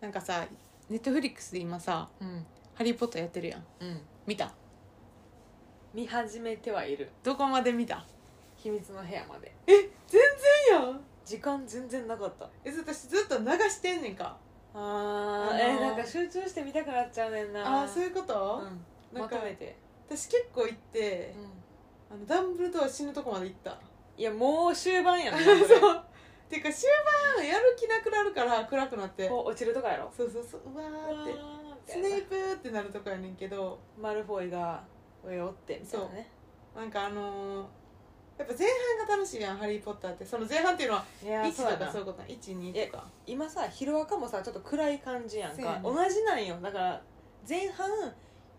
なんかさネットフリックスで今さうん「ハリー・ポッター」やってるやんうん見た見始めてはいるどこまで見た秘密の部屋までいやん時間全然なかったえ私ずっと流してんねんかあーーえーなんか集中して見たくなっちゃうねんなああーそうういうこと、んなまんかとめて私結構行ってあのダンブルドア死ぬとこまで行ったいやもう終盤 やねそうこていうか終盤やる気なくなるから暗くなってれこう落ちるとかやろそうそうそううわーってスネイプーってなるとこやねんけどマルフォイが上を追ってみたいなねなんかあのーやっぱ前半が楽しいやん「ハリー・ポッター」ってその前半っていうのはいや1ーそうやとかなそういうこと12とか今さヒロアカもさちょっと暗い感じやんそうやかね同じなんよだから前半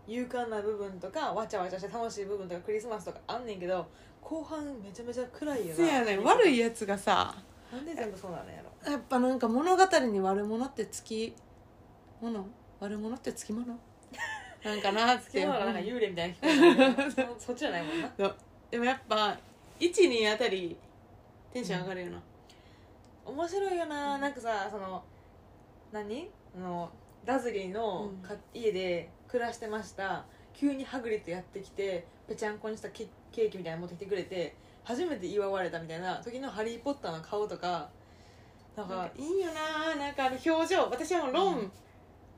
勇敢な部分とかわちゃわちゃして楽しい部分とかクリスマスとかあんねんけど後半めちゃめちゃ暗いよなそうやねん悪いやつがさなんで全部そうなのやろやっぱなんか物語に悪者ってつきもの悪者ってつきものなんかなっつてけながらなんか幽霊みたいな聞こえるけど そそっちじゃないもんなでもやっぱ12あたりテンション上がるよな、面白いよな、うんなんかさその何あのダズリーのうんか、家で暮らしてました急にハグリッドやってきてぺちゃんこにしたケケーキみたいなの持ってきてくれて初めて祝われたみたいな時の「ハリー・ポッター」の顔とかなんなんかかいいよななんかあの表情私はもうロン、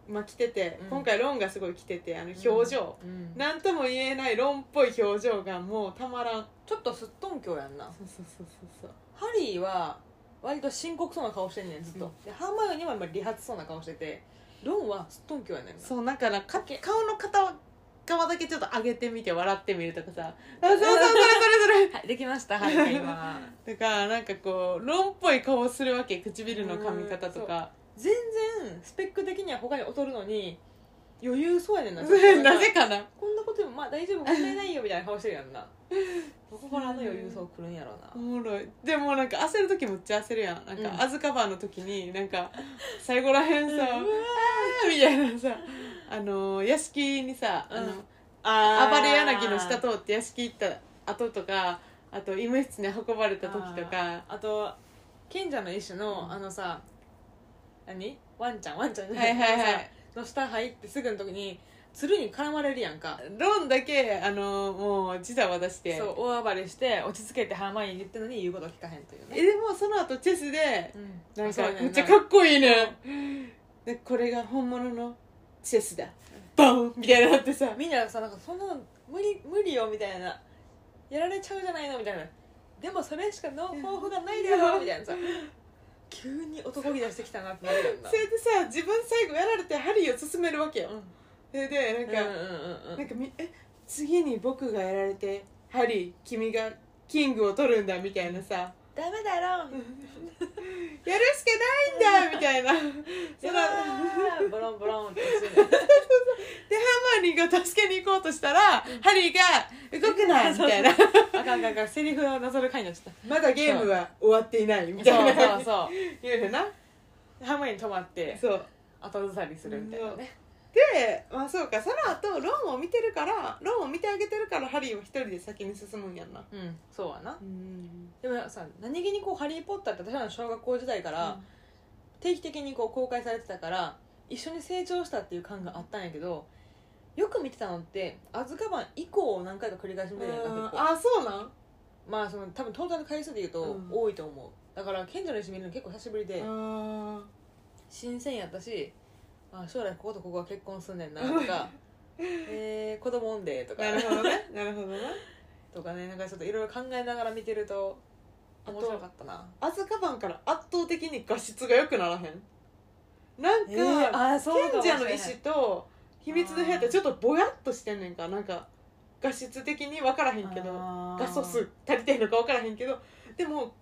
まあ、着てて、うん今回ロンがすごい着ててあの表情、うん何なんとも言えないロンっぽい表情がもうたまらんちょっとすっとんきょうやんなそうそうそうそうハリーは割と深刻そうな顔してんねんずっと、うんでハーマイオニーは今理髪そうな顔しててロンはすっとんきょうやねんなそうなんかなかオッケー顔の片側だけちょっと上げてみて笑ってみると かさあそうそうそれそれそれはいできましたはい今だからなんかこうロンっぽい顔するわけ唇の噛み方とか全然スペック的には他に劣るのに余裕そうやねん ななぜかなこんなことでもまあ大丈夫問題ないよみたいな顔してるや んなどこからあの余裕そうくるんやろうなおもろいでもなんか焦る時むっちゃ焦るやんなんうんかアズカバーの時になんか最後らへんさ「うんうわー」みたいなさあのー屋敷にさあの、うんあ暴れ柳の下通って屋敷行った後とかあと医務室に運ばれた時とかあと賢者の一種の、うんあのさ何ワンちゃんワンちゃんはいはい はいの下入ってすぐの時に鶴に絡まれるやんかロンだけあのーもう自打渡してそう大暴れして落ち着けてハーマイオニーに言ってるのに言うこと聞かへんというえねでもその後チェスでうんなんそうかやねめっちゃなかっこいいねでこれが本物のチェスだバンみたいになってさみんなさなんかそんなの無理無理よみたいなやられちゃうじゃないのみたいなでもそれしかの方法がないだろみたいなさ急に男気出してきたなってなるよな それでさ自分最後やられてハリーを進めるわけよそれでうんなんうんか、うんなうんんかみえ次に僕がやられてハリー君がキングを取るんだみたいなさダメだろやるしかないんだみ たいなそそのらハ ボロンボロンって落ちるねーマーニーが助けに行こうとしたらハリーが動くなみたいなあかんあかんあかんセリフをなぞる回になっちゃっまだゲームは終わっていないみたいな たそうそうそう言うよなハーマイオニーに止まってそう後ずさりするみたいなねでまあそうかその後ローンを見てるからローンを見てあげてるからハリーは一人で先に進むんやんなうんそうはなうんでもさ何気にこう「ハリー・ポッター」って私らの小学校時代から、あ定期的にこう公開されてたから一緒に成長したっていう感があったんやけどよく見てたのって「アズカバン」以降を何回か繰り返し見てたんやな結構あそうなんまあその多分トータル回数でいうとうん多いと思う、だから賢者の石見るの結構久しぶりで、あ新鮮やったしあ将来こことここは結婚すんねんなとかえー、子供産んでとーかなるほど ねなるほどなとかねなんかちょっといろいろ考えながら見てるとあと面白かったなアズカバンから圧倒的に画質が良くならへんなんか、えーあーそうかもし賢れ者のない石と秘密の部屋ってちょっとぼやっとしてんねんかなんか画質的に分からへんけどあー画素数足りてんのか分からへんけどでも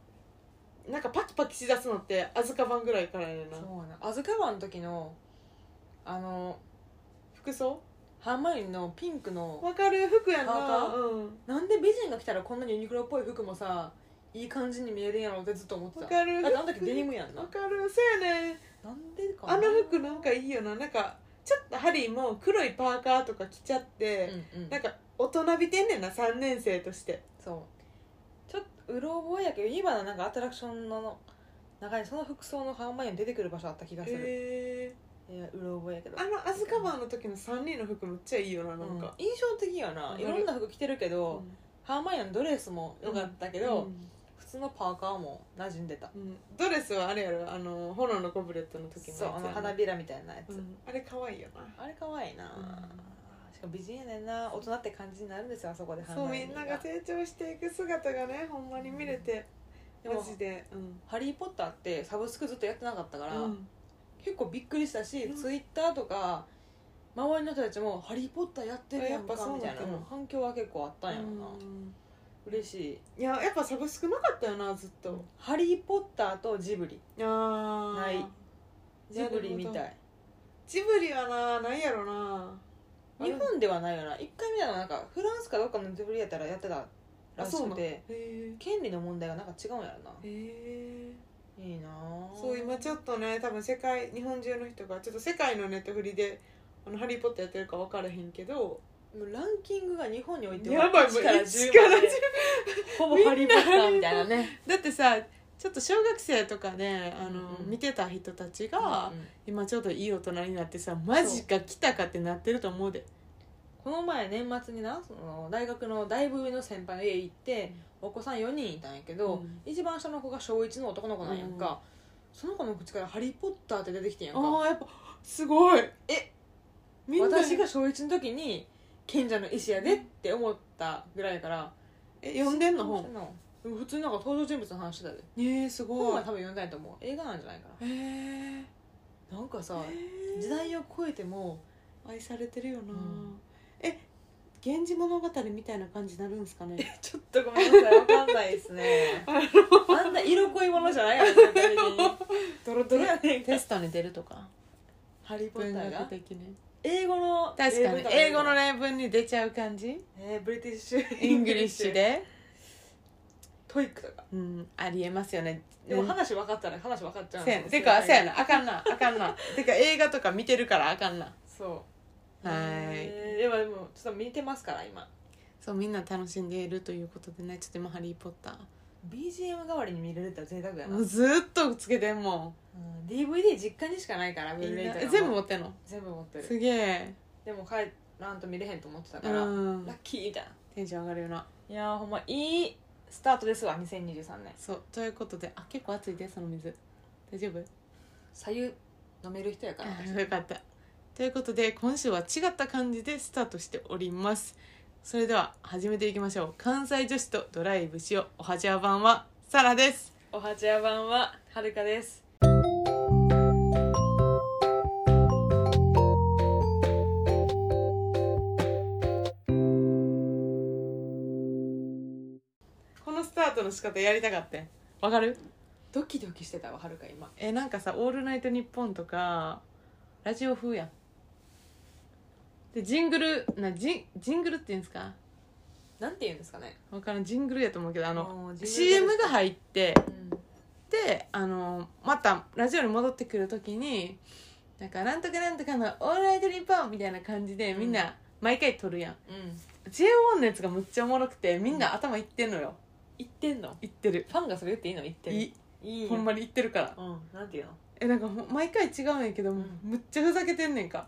なんかパキパキしだすのってアズカバンぐらいからやねんなそうなアズカバンの時のあの服装ハーマイオニーのピンクのわかる服やんなパーカうんなんで美人が着たらこんなにユニクロっぽい服もさいい感じに見えるんやろってずっと思ってわたかるだってあの時デニムやんなわかるそうやねんなんでかなあの服なんかいいよななんかちょっとハリーも黒いパーカーとか着ちゃっうんて、うんなんか大人びてんねんな3年生としてそうちょっとうろ覚えやけど今のなんかアトラクションの中にその服装のハーマイオニー出てくる場所あった気がする、えいやうろ覚えやけどあのアズカバーの時の3人の服めっちゃいいよなななんんかか、印象的やなうんいろんな服着てるけうど、んハーマイオンのドレスも良かったけど、普通のパーカーも馴染んでたうんうんドレスはあれやろあの炎のゴブレットの時のやつそうあの花火、びらみたいなやつ、うんあれ可愛いよなあれ可愛いな、しかも美人やねんな大人って感じになるんですよあそこでそうみんなが成長していく姿がねほんまに見れて、うんマジでうんハリー・ポッター」ってサブスクずっとやってなかったから、うん結構びっくりしたし、うんツイッターとか周りの人たちも「ハリー・ポッターやってるやんかあやっぱ」そうみなたんいだなうん反響は結構あったんやろな、うん嬉しいいややっぱサブスクなかったよなずっと、ハリー・ポッター」とジブリああないジブリみなるたほどいジブリはなないやろな日本ではないよな一回見たのなんかフランスかどっかのジブリやったらやってたらあしそうくなんへてえ権利の問題がなんか違うんやろなへえいいなぁそう今ちょっっとね多分世界日本中の人がちょっと世界のネットフリで「あのハリー・ポッター」やってるか分からへんけどとランキングが日本においてやばいもう1から1 10からま10でほぼハリー・ポッタ ーみたいなねだってさちょっと小学生とかねあの、うん見てた人たちが、うんうん今ちょうどいい大人になってさマジか来たかってなってると思うでこの前年末になその大学のだいぶ上の先輩の家行って、お子さん4人いたんやけど、うん一番下の子が小1の男の子なんやんか、その子の口から「ハリー・ポッター」って出てきてんやんあかあやっぱすごいえみんな私が小1の時に賢者の石やでって思ったぐらいやからえ読んでんのそ本のでも普通になんか登場人物の話してたでえー、す本ごいは多分読んでないと思う映画なんじゃないかへえななんかさ、ー時代を超えても愛されてるよな、うんえ源氏物語みたいな感じになるんですかねちょっとごめんなさいわかんないですねあんな色濃いものじゃないよね全体的にドロどれやねん テストに出るとかハリー・ポ文ッター学が的に英語の確か文にと英語の例文に出ちゃう感じえーブリティッシュイングリッシュでトイックとかうんありえますよねでも話分かったら話分かっちゃうせやなてかせやなあかんなあかんなてか映画とか見てるからあかんなそうはいえーでもでもちょっと見てますから今そうみんな楽しんでいるということでねちょっと今「ハリー・ポッター BGM 代わりに見れるって贅沢」やな、もうずーっとつけてんもうん DVD 実家にしかないからんブルーレイとかえも全部持ってんの全部持ってるすげえでも帰らんと見れへんと思ってたうから、んラッキーみたいなテンション上がるよないやーほんまいいスタートですわ2023年そうということであ結構熱いでその水大丈夫左右飲める人やから私あよかったということで今週は違った感じでスタートしておりますそれでは始めていきましょう関西女子とドライブしようおはじゃ版はサラですおはちや版ははるかですこのスタートの仕方やりたかったわかるドキドキしてたわはるか今えなんかさ「オールナイトニッポン」とかラジオ風やんでジングルなジンジングルっていうんですかなんて言うんですかねわからんジングルやと思うけどああのの CM が入ってうんであのまたラジオに戻ってくる時になんかなんとかなんとかの「オールナイトニッポン」みたいな感じでみんな毎回撮るやん、うん JO1 のやつがむっちゃおもろくてみんな頭いってんのよ言ってんのいってるファンがそれ言っていいの言ってるいいいほんまににいってるからうんなんて言うのえなんかほん毎回違うんやけど、んむっちゃふざけてんねんか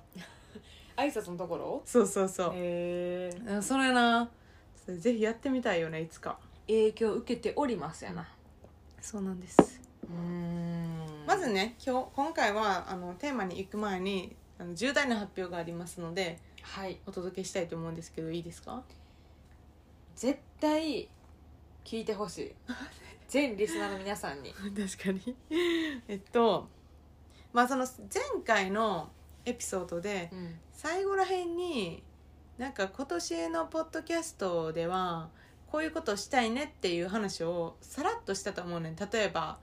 挨拶のところそうそうそう、へえあそれなそれぜひやってみたいよねいつか影響受けておりますやなそうなんですうんまずね今日今回はあのテーマに行く前にあの重大な発表がありますのではいお届けしたいと思うんですけどいいですか絶対聞いてほし い全リスナーの皆さん に確かに えっとまあその前回のエピソードでうん最後らへんになんか今年のポッドキャストではこういうことをしたいねっていう話をさらっとしたと思うねん例えば、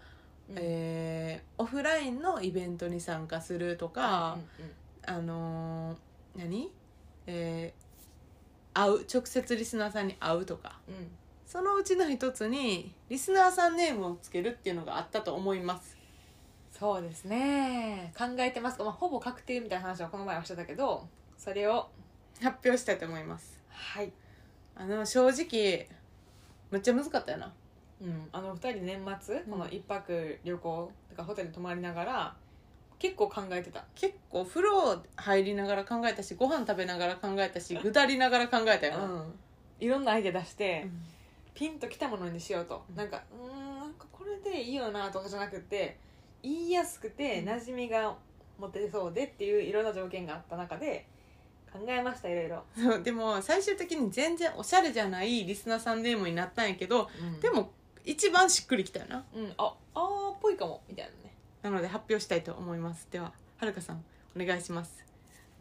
えーオフラインのイベントに参加するとか、うんうんあのー何、えー会う直接リスナーさんに会うとかうんそのうちの一つにリスナーさんネームをつけるっていうのがあったと思いますそうですね考えてますか、まあ、ほぼ確定みたいな話はこの前はしてたけどそれを発表したいと思いますはい、あの正直めっちゃ難かったよなうん、あの2人年末この一泊旅行とかホテルに泊まりながら結構考えてた結構風呂入りながら考えたしご飯食べながら考えたしぐだりながら考えたよ、うんいろんなアイデア出して、うんピンときたものにしようと、うんなんかうーんなんかこれでいいよなとかじゃなくて言いやすくてうん馴染みが持てそうでっていういろんな条件があった中で考えましたいろいろ、そうでも最終的に全然おしゃれじゃないリスナーさんネームになったんやけどででも、も一番しっくりきたよなうん、ああーっぽいかもみたいなねなので発表したいと思いますでははるかさんお願いします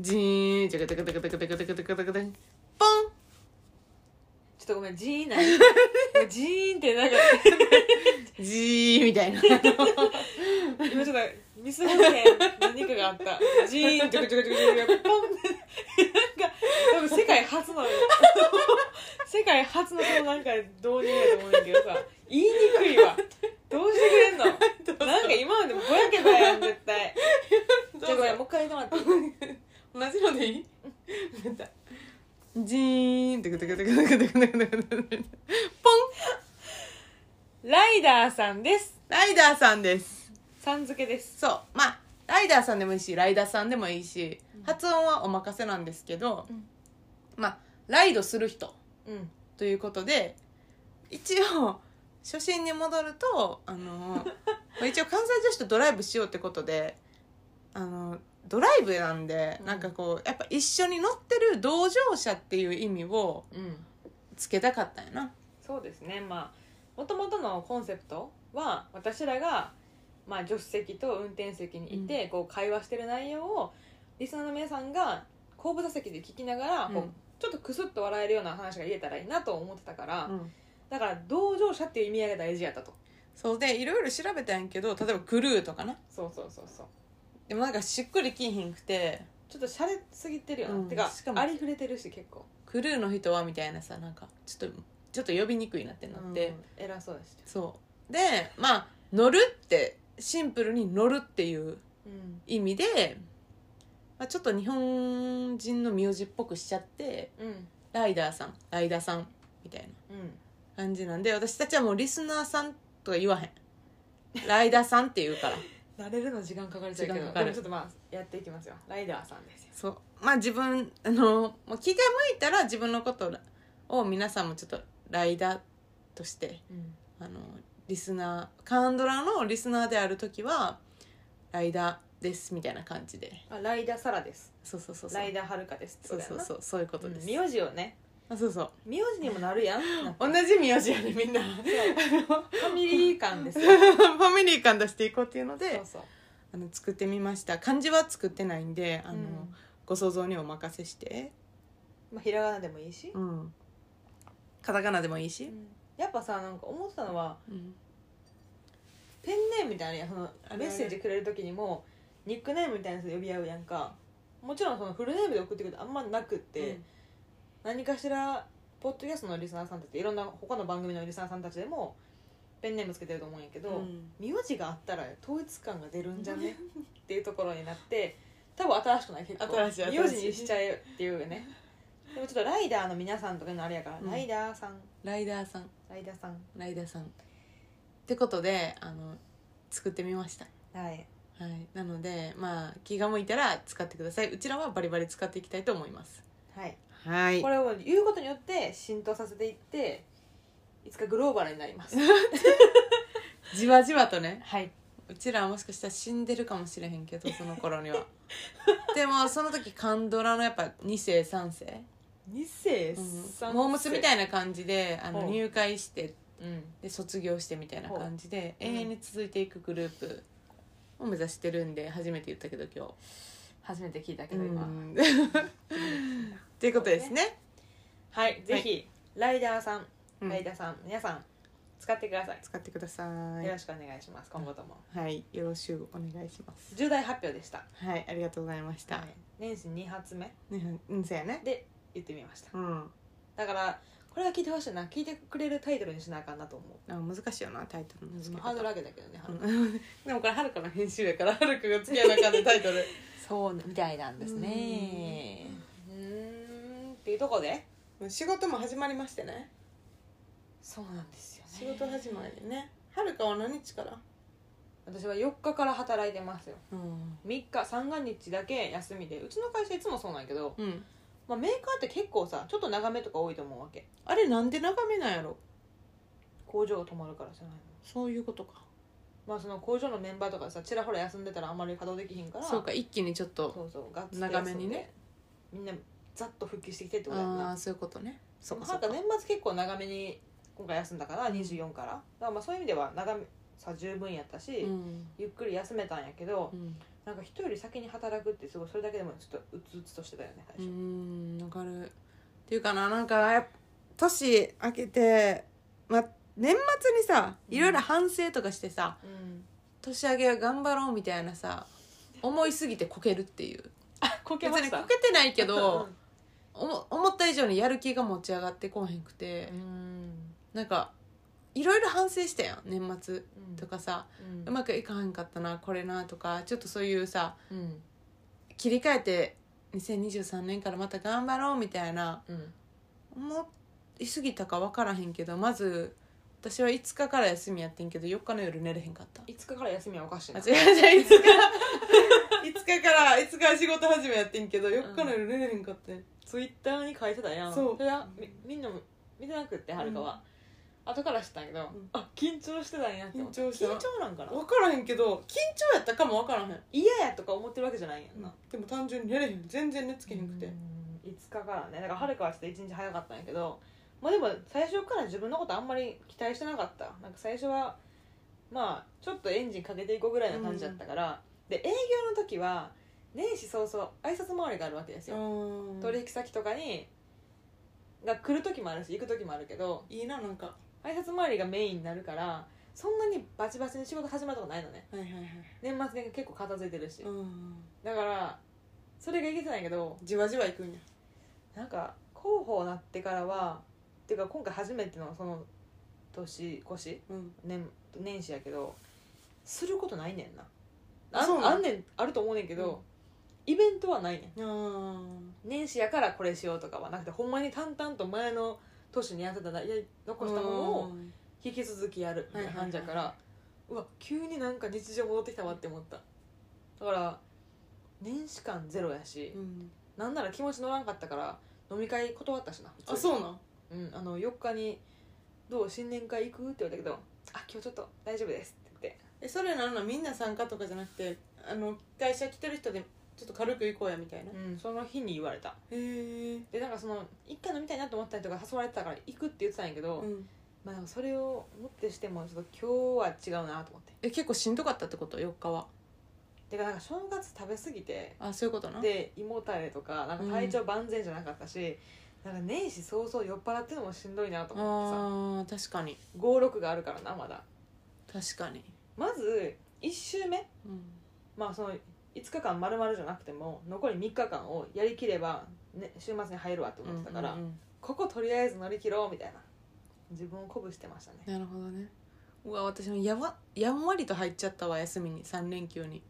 ジーンジャカジャカジャカジャカジャカジャカジャカジャンポンちょっとごめんジーンないジーンってなんかジーみたいな今ちょっとミス合点何かがあったジーンちょくちょくちょくちょくポンってなんか多分世界初の世界初のそのなんか導入やと思うんだけどさ言いにくいわどうしてくれんのなんか今までぼやけたやん絶対じゃあごめんもう一回言ってもらっていい同じのでいいジーンドゥクドゥクドゥクドゥクドゥクドゥクドゥクドゥクポンライダーさんですライダーさんですさん付けですそうまあライダーさんでもいいしライダーさんでもいいしうん発音はお任せなんですけど、うんまあライドする人うんということで一応初心に戻るとあの一応関西女子とドライブしようってことであのドライブなんで、うんなんかこうやっぱ一緒に乗ってる同乗者っていう意味をうんつけたかったんやな。そうですねまあもともとのコンセプトは私らが、まあ、助手席と運転席にいて、こう会話してる内容をリスナーの皆さんが後部座席で聞きながら、こううんちょっとクスッと笑えるような話が言えたらいいなと思ってたから、うんだから同乗者っていう意味合いが大事やったとそうでいろいろ調べたんやけど例えばクルーとかなそうそうそうそうでもなんかしっくりきんひんくてちょっと洒落すぎてるよな、うんてかしかもありふれてるし結構クルーの人はみたいなさなんかちょっとちょっと呼びにくいなってなって、うん偉そうだし、そうでまあ乗るってシンプルに乗るっていううん意味で、まあ、ちょっと日本人の名字っぽくしちゃってうんライダーさんライダーさんみたいなうん、感じなんで私たちはもうリスナーさんとは言わへんライダーさんって言うから 慣れるの時間かかるちゃうけ時ど間かかるでもちょっとまあやっていきますよライダーさんですよそうまあ自分あのもう気が向いたら自分のことを皆さんもちょっとライダーとしてうんあのリスナーカンドラのリスナーである時はライダーですみたいな感じであライダーサラですそうそうそうそうライダーはるかですってそこうとやそうなそうそういうことです、名字をねあそうそう名字にもなるやんなんか同じ名字やねみんな フファミリー感です よァミリー感出していこうっていうのでそうそうあの作ってみました漢字は作ってないんであの、うんご想像にお任せして、まあひらがなでもいいし、うん、カタカナでもいいし、やっぱさなんか思ってたのはうんペンネームみたいなそのあるメッセージくれる時にもニックネームみたいなやつで呼び合うやんかもちろんそのフルネームで送ってくることあんまなくって、何かしらポッドキャストのリスナーさんたちっていろんな他の番組のリスナーさんたちでもペンネームつけてると思うんやけど、うん名字があったら統一感が出るんじゃねっていうところになって多分新しくない結構新しい新しい名字にしちゃえっていうねでもちょっとライダーの皆さんとかいうのあれやから、うんライダーさんライダーさんライダーさんライダーさんってことであの作ってみましたはいはい、なのでまあ気が向いたら使ってくださいうちらはバリバリ使っていきたいと思いますはいはいこれを言うことによって浸透させていっていつかグローバルになりますじわじわとねはいうちらはもしかしたら死んでるかもしれへんけどその頃には でもその時カンドラのやっぱ2世3世2世うん3モームスみたいいな感じであのほう入会してうんで卒業してみたいな感じでほ永ううん遠に続いていくグループを目指してるんで初めて言ったけど今日。初めて聞いたけうど今、ん っていうことですね。はいぜひ、ライダーさんうんライダーさん、皆さん使ってください、使ってくださいよろ。しくお願いします今後ともはい、よろしくお願いします。重大発表でしたはい、ありがとうございました。年始2発目ね、うん、そうやね。で言ってみましたうん、だからこれは聞いてほしいな聞いてくれるタイトルにしなあかんなと思うなんか難しいよな、タイトルの付けハー方。ドル上げたけどね、はうるかん でもこれはるかの編集やからはるかが付き合いなあかんでタイトル そうみたいなんですねうーんっていうとこで仕事も始まりましてねそうなんですよ仕事始まりでねはるかは何日から私は4日から働いてますようん3日三が日だけ休みでうちの会社いつもそうなんやけど、うんまあ、メーカーって結構さちょっと長めとか多いと思うわけあれなんで眺めなんやろ工場が止まるからじゃないのそういうことかまあその工場のメンバーとかさちらほら休んでたらあまり稼働できひんからそうか一気にちょっとそうそうがっつり長めにね休んでみんなざっと復帰してきてってことやんああなーそういうことねそうかなそうんかか年末結構長めに今回休んだから24からだからまあそういう意味では長めさ十分やったし、うんゆっくり休めたんやけど、うんなんか人より先に働くってすごいそれだけでもちょっとうつうつとしてたよねう最初、んわかるっていうかななんかやっぱ年明けて、ま、年末にさいろいろ反省とかしてさ、うん、年明けは頑張ろうみたいなさ思いすぎてこけるっていうこ別にこけけてないけ けど、おも思った以上にやる気が持ち上がってこへんくうて、んなんかいろいろ反省したやん年末うんとかさ、うんうまくいかへんかったなこれなとかちょっとそういうさうん切り替えて2023年からまた頑張ろうみたいなうん思いすぎたか分からへんけどまず私は5日から休みやってんけど4日の夜寝れへんかった5日から休みはおかしいあな違う 違う5日5日から5日は仕事始めやってんけど4日の夜寝れへんかったんツイッターに書いてたやんそうれはみみんなも見てなくってはるかは、後から知ったんやけど、んあ緊張してたんやって思って緊張した緊張なんかな分からへんけど緊張やったかも分からへん嫌やとか思ってるわけじゃないんやんな、でも単純に寝れへん全然寝つけへんくて5日からねだからはるかはちょっと1日早かったんやけどまあでも最初から自分のことあんまり期待してなかったなんか最初はまあちょっとエンジンかけていこうぐらいな感じだったから、で営業の時は年始早々挨拶回りがあるわけですよ、取取引先とかにが来る時もあるし行く時もあるけどりいいななんか挨拶回りがメインになるからそんなにバチバチに仕事始まるとこないのねはいはいはい年末年始結構片付いてるし、うんだからそれがいけてないけどじわじわいくんやなんか広報なってからはっていうか今回初めてのその年越しうん年年始やけどすることないねんなああそうなんあんねんあると思うねんけど、イベントはないねんあ年始やからこれしようとかはなくてほんまに淡々と前の年にやってたやり残したものを引き続きやるみたいな感じやから、うわ急になんか日常戻ってきたわって思っただから年始間ゼロやし、うんなんなら気持ち乗らんかったから飲み会断ったしなあそうなんう、うん、あの4日に「どう新年会行く?」って言われたけど「あ今日ちょっと大丈夫です」って言ってえそれなんなんみんな参加とかじゃなくてあの会社来てる人でちょっと軽く行こうやみたいなへうん、その日に言われたえでなんかその一回飲みたいなと思ったりとか誘われてたから行くって言ってたんやけど、うんまあでもそれをもってしてもちょっと今日は違うなと思ってえ結構しんどかったってこと4日はてかなんか正月食べ過ぎてあそういうことなで胃もたれとかなんか体調万全じゃなかったし、なんか年始早々酔っ払ってるのもしんどいなとあ思ってさー確かに56があるからなまだ確かにまず1週目うんまあその5日間丸々じゃなくても残り3日間をやりきれば、ね、週末に入るわと思ってたから、うんうんうんこことりあえず乗り切ろうみたいな自分を鼓舞してましたねなるほどねうわ私もやわやんわりと入っちゃったわ休みに3連休に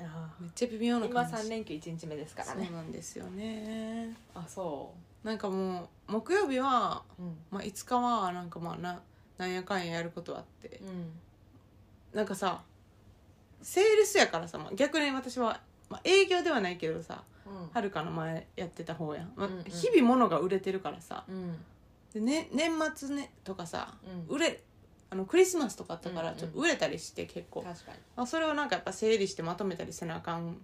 あめっちゃ微妙な今感じ3連休1日目ですからねそうなんですよねあそなんかもう木曜日は、ううんまあ、5日はなんかまあななんやかんややることあってうんなんかさセールスやからさ、まあ、逆に私は、まあ、営業ではないけどさうんはるかの前やってた方やん、まあうんうん日々物が売れてるからさうんで、ね、年末ねとかさうん売れあのクリスマスとかあったからうんうんちょっと売れたりして結構、確かにまあ、それをなんかやっぱ整理してまとめたりせなあかん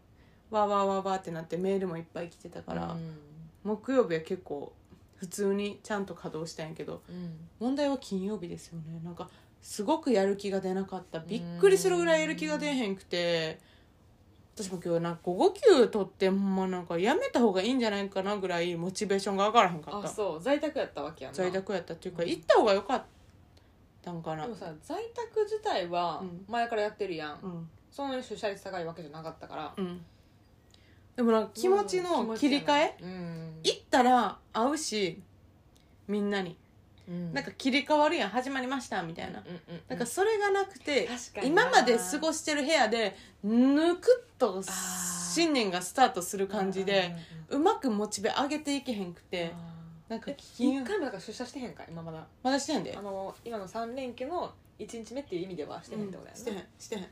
わーわーわーわーってなってメールもいっぱい来てたから、うん木曜日は結構普通にちゃんと稼働したんやけどうん問題は金曜日ですよねなんかすごくやる気が出なかったびっくりするぐらいやる気が出へんくて私も今日なんか午後休取ってほんまなんかやめた方がいいんじゃないかなぐらいモチベーションが上がらへんかあったそう在宅やったわけやんな在宅やったっていうかうん行った方が良かったんかなでもさ在宅自体はうん前からやってるやん、うんそんなに出社率高いわけじゃなかったからうんでもなんか気持ちの切り替え、えうん行ったら会うしみんなにうんなんか切り替わるやん始まりましたみたいなうんうんうんなんかそれがなくて確かにな今まで過ごしてる部屋でぬくっと新年がスタートする感じでうまくモチベ上げていけへんくうんうんうんてあーなんかえ金一回もだから出社してへんか今まだまだしてへんであの今の3連休の1日目っていう意味ではしてへんってことやね、してへんしてへん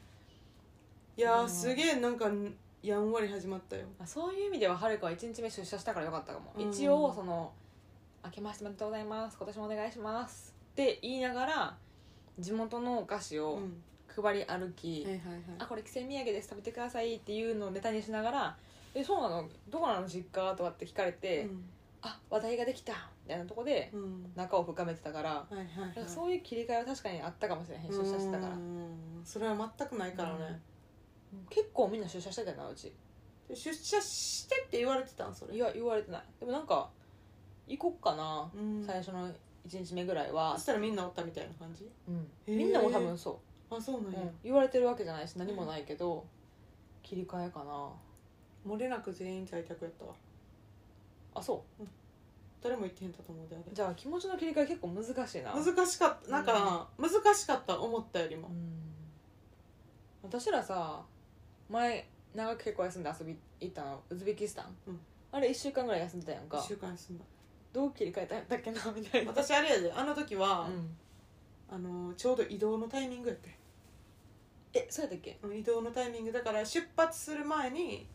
いやー、うんすげえなんかやんわり始まったよまあ、そういう意味でははるかは1日目出社したからよかったかも、うん一応その「明けましておめでとうございます今年もお願いします」って言いながら地元のお菓子うんを配り歩き「はいはいはいあこれ帰省土産です食べてください」っていうのをネタにしながら「えそうなのどこなの実家?」とかって聞かれうて「んあ話題ができた」みたいなとこでうん仲を深めてたから,、はいはいはいそういう切り替えは確かにあったかもしれへん出社してたからうんそれは全くないからね、結構みんな出社してたよなうち出社してって言われてたんそれいや言われてないでもなんか行こっかなうん最初の1日目ぐらいそはし、たらみんなおったみたいな感じへーみんなも多分そあそうなう、んや、うん言われてるわけじゃないし何もないけど、切り替えかな漏れなく全員在宅やったわあそ誰も言ってへんかと思うであうれじゃあ気持ちの切り替え結構難しいな難しかったなんかな、難しかった思ったよりうもん私らさ前長く結構休んで遊び行ったのウズベキスタン、うんあれ1週間ぐらい休んでたやんか1週間休んだどう切り替えたんだっけなみたいな私あれやであの時は、うんあのちょうど移動のタイミングやってえそうやったっけ移動のタイミングだから出発する前に、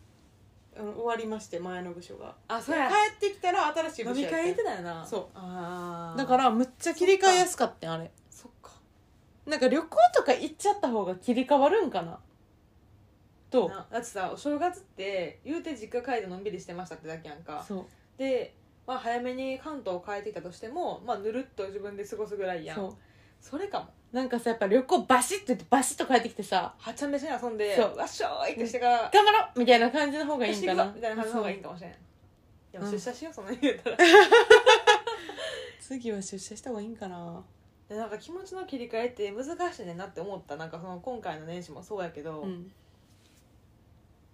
うん、終わりまして前の部署があ帰そうやってきたら新しい飲部署みや会行ってたよなそうあーだからむっちゃ切り替えやすかったんあれそっかなんか旅行とか行っちゃった方が切り替わるんかなとなだってさお正月って言うて実家帰ってのんびりしてましたってだけやんかそうで、まあ、早めに関東帰ってきたとしても、まあ、ぬるっと自分で過ごすぐらいやんそそうれかもなんかさやっぱ旅行バシッと行ってバシッと帰ってきてさはちゃめちゃに遊んでそうわっしょーいってしてから頑張ろうみたいな感じの方がよいいしんか行くぞなみたいな感じの方がいいそうかもしれんでうもん出社しようそんなに言うたら次は出社した方がいいんかなでなんか気持ちの切り替えって難しいねんなって思ったなんかその今回の年始もそうやけど、うん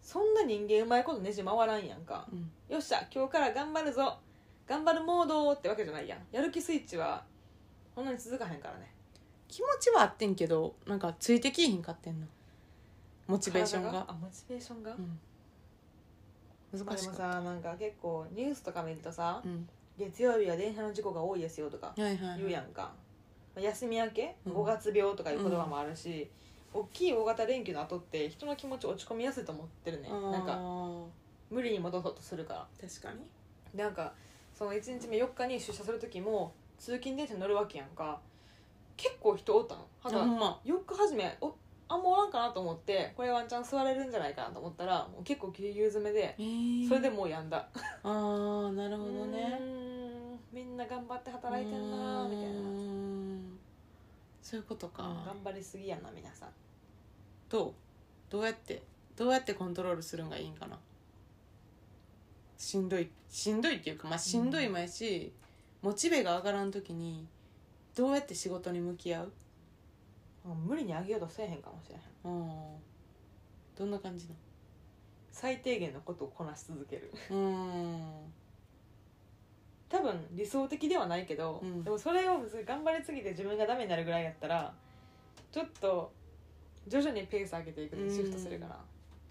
そんな人間うまいことネジ回らんやんかうんよっしゃ今日から頑張るぞ頑張るモードってわけじゃないやんやる気スイッチはこんなに続かへんからね気持ちはあってんけどなんかついてきえへんかってんのモモチベーションがあモチベーションが、うん、ま難あでしもかったさなんか結構ニュースとか見るとさ、うん月曜日は電車の事故が多いですよとかはいはい言うやんか、まあ休み明け、うん5月病とかいう言葉もあるし、大きい大型連休の後って人の気持ち落ち込みやすいと思ってるねなんか無理に戻そうとするから確かになんかその1日目4日に出社する時も通勤電車に乗るわけやんか結構人おったのあなんほんかま4日始めおあんまおらんかなと思ってこれワンチャン座れるんじゃないかなと思ったらもう結構ぎゅうぎゅう詰めでえーそれでもうやんだああなるほどうねーんみんな頑張って働いてんなみたいなうーんそういうことか、頑張りすぎやな皆さんどうどうやってどうやってコントロールするんがいいんかなしんどいしんどいっていうかまあしんどいもやし、モチベが上がらん時にどうやって仕事に向き合うもう無理にあげようとせえへんかもしれへんうんどんな感じな最低限のことをこなし続け るのうん多分理想的ではないけど、うんでもそれを別に頑張りすぎて自分がダメになるぐらいやったらちょっと徐々にペース上げていくうんシフトするから、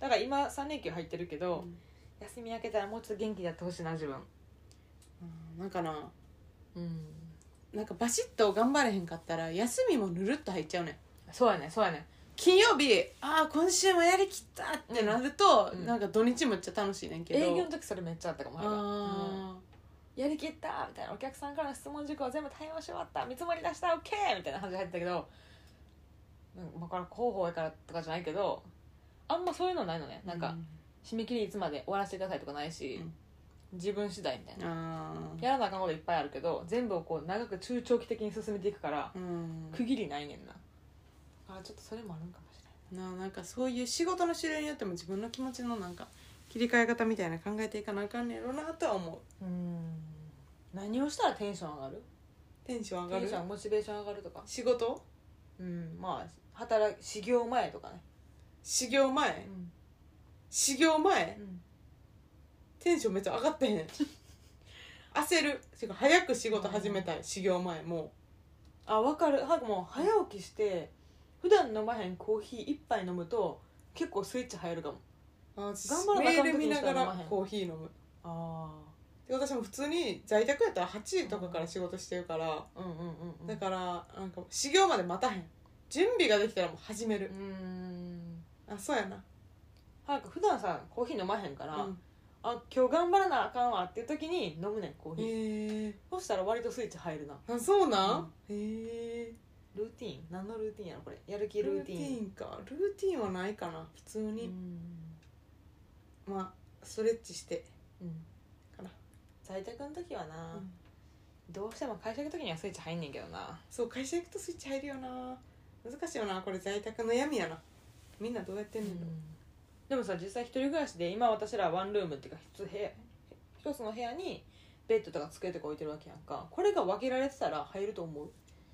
だから今3連休入ってるけど、うん休み明けたらもうちょっと元気でやってほしいな自分うんなんかなうんなんかバシッと頑張れへんかったら休みもぬるっと入っちゃうねんそうやねそうやね金曜日ああ今週もやりきったってなると、うんなんか土日むっちゃ楽しいねんけど営業の時それめっちゃあったかもああれはうんーやりきったみたいなお客さんからの質問事項は全部対応し終わった見積もり出した OK みたいな話入ってたけどうんまあこれ広報やからとかじゃないけどあんまそういうのないのねなんか、締め切りいつまで終わらせてくださいとかないし、自分次第みたいな、あーやらなあかんこといっぱいあるけど全部をこう長く中長期的に進めていくからうん区切りないねんなあちょっとそれもあるんかもしななんかそういう仕事の種類によっても自分の気持ちのなんか切り替え方みたいな考えていかなあかんねやろなとは思うれないうん何をしたらテンション上がるテンション上がテンるションモチベーション上がるとか仕事うんまあ働き始業前とかね、始業前始業前うんテンションめっちゃ上がってへん焦るてか早く仕事始めたい始業前もあ分かるなんかもう早起きして普段飲まへんコーヒー一杯飲むと結構スイッチ入るかもうあー頑張らなメーあかんル時見になしかが飲まへんらコーヒー飲むあで私も普通に在宅やったら8時とかから仕事してるからあうんうんうんうんだからなんか始業まで待たへん準備ができたらもう始めうる、んあそうやななんか普段さコーヒー飲まへんから、うんあ今日頑張らなあかんわっていう時に飲むねんコーヒー、へえそしたら割とスイッチ入るなあそうなん、へえルーティーン何のルーティーンやろこれやる気ルーティーンンかルーティンはないかな普通に、まあストレッチしてうんうんかな、在宅の時はな、うんどうしても会社行く時にはスイッチ入んねんけどなそう会社行くとスイッチ入るよな難しいよなこれ在宅の闇やなみんなどうやってんの、でもさ実際一人暮らしで今私らワンルームっていうか一つ部屋一つの部屋にベッドとか机とか置いてるわけやんかこれが分けられてたら入ると思う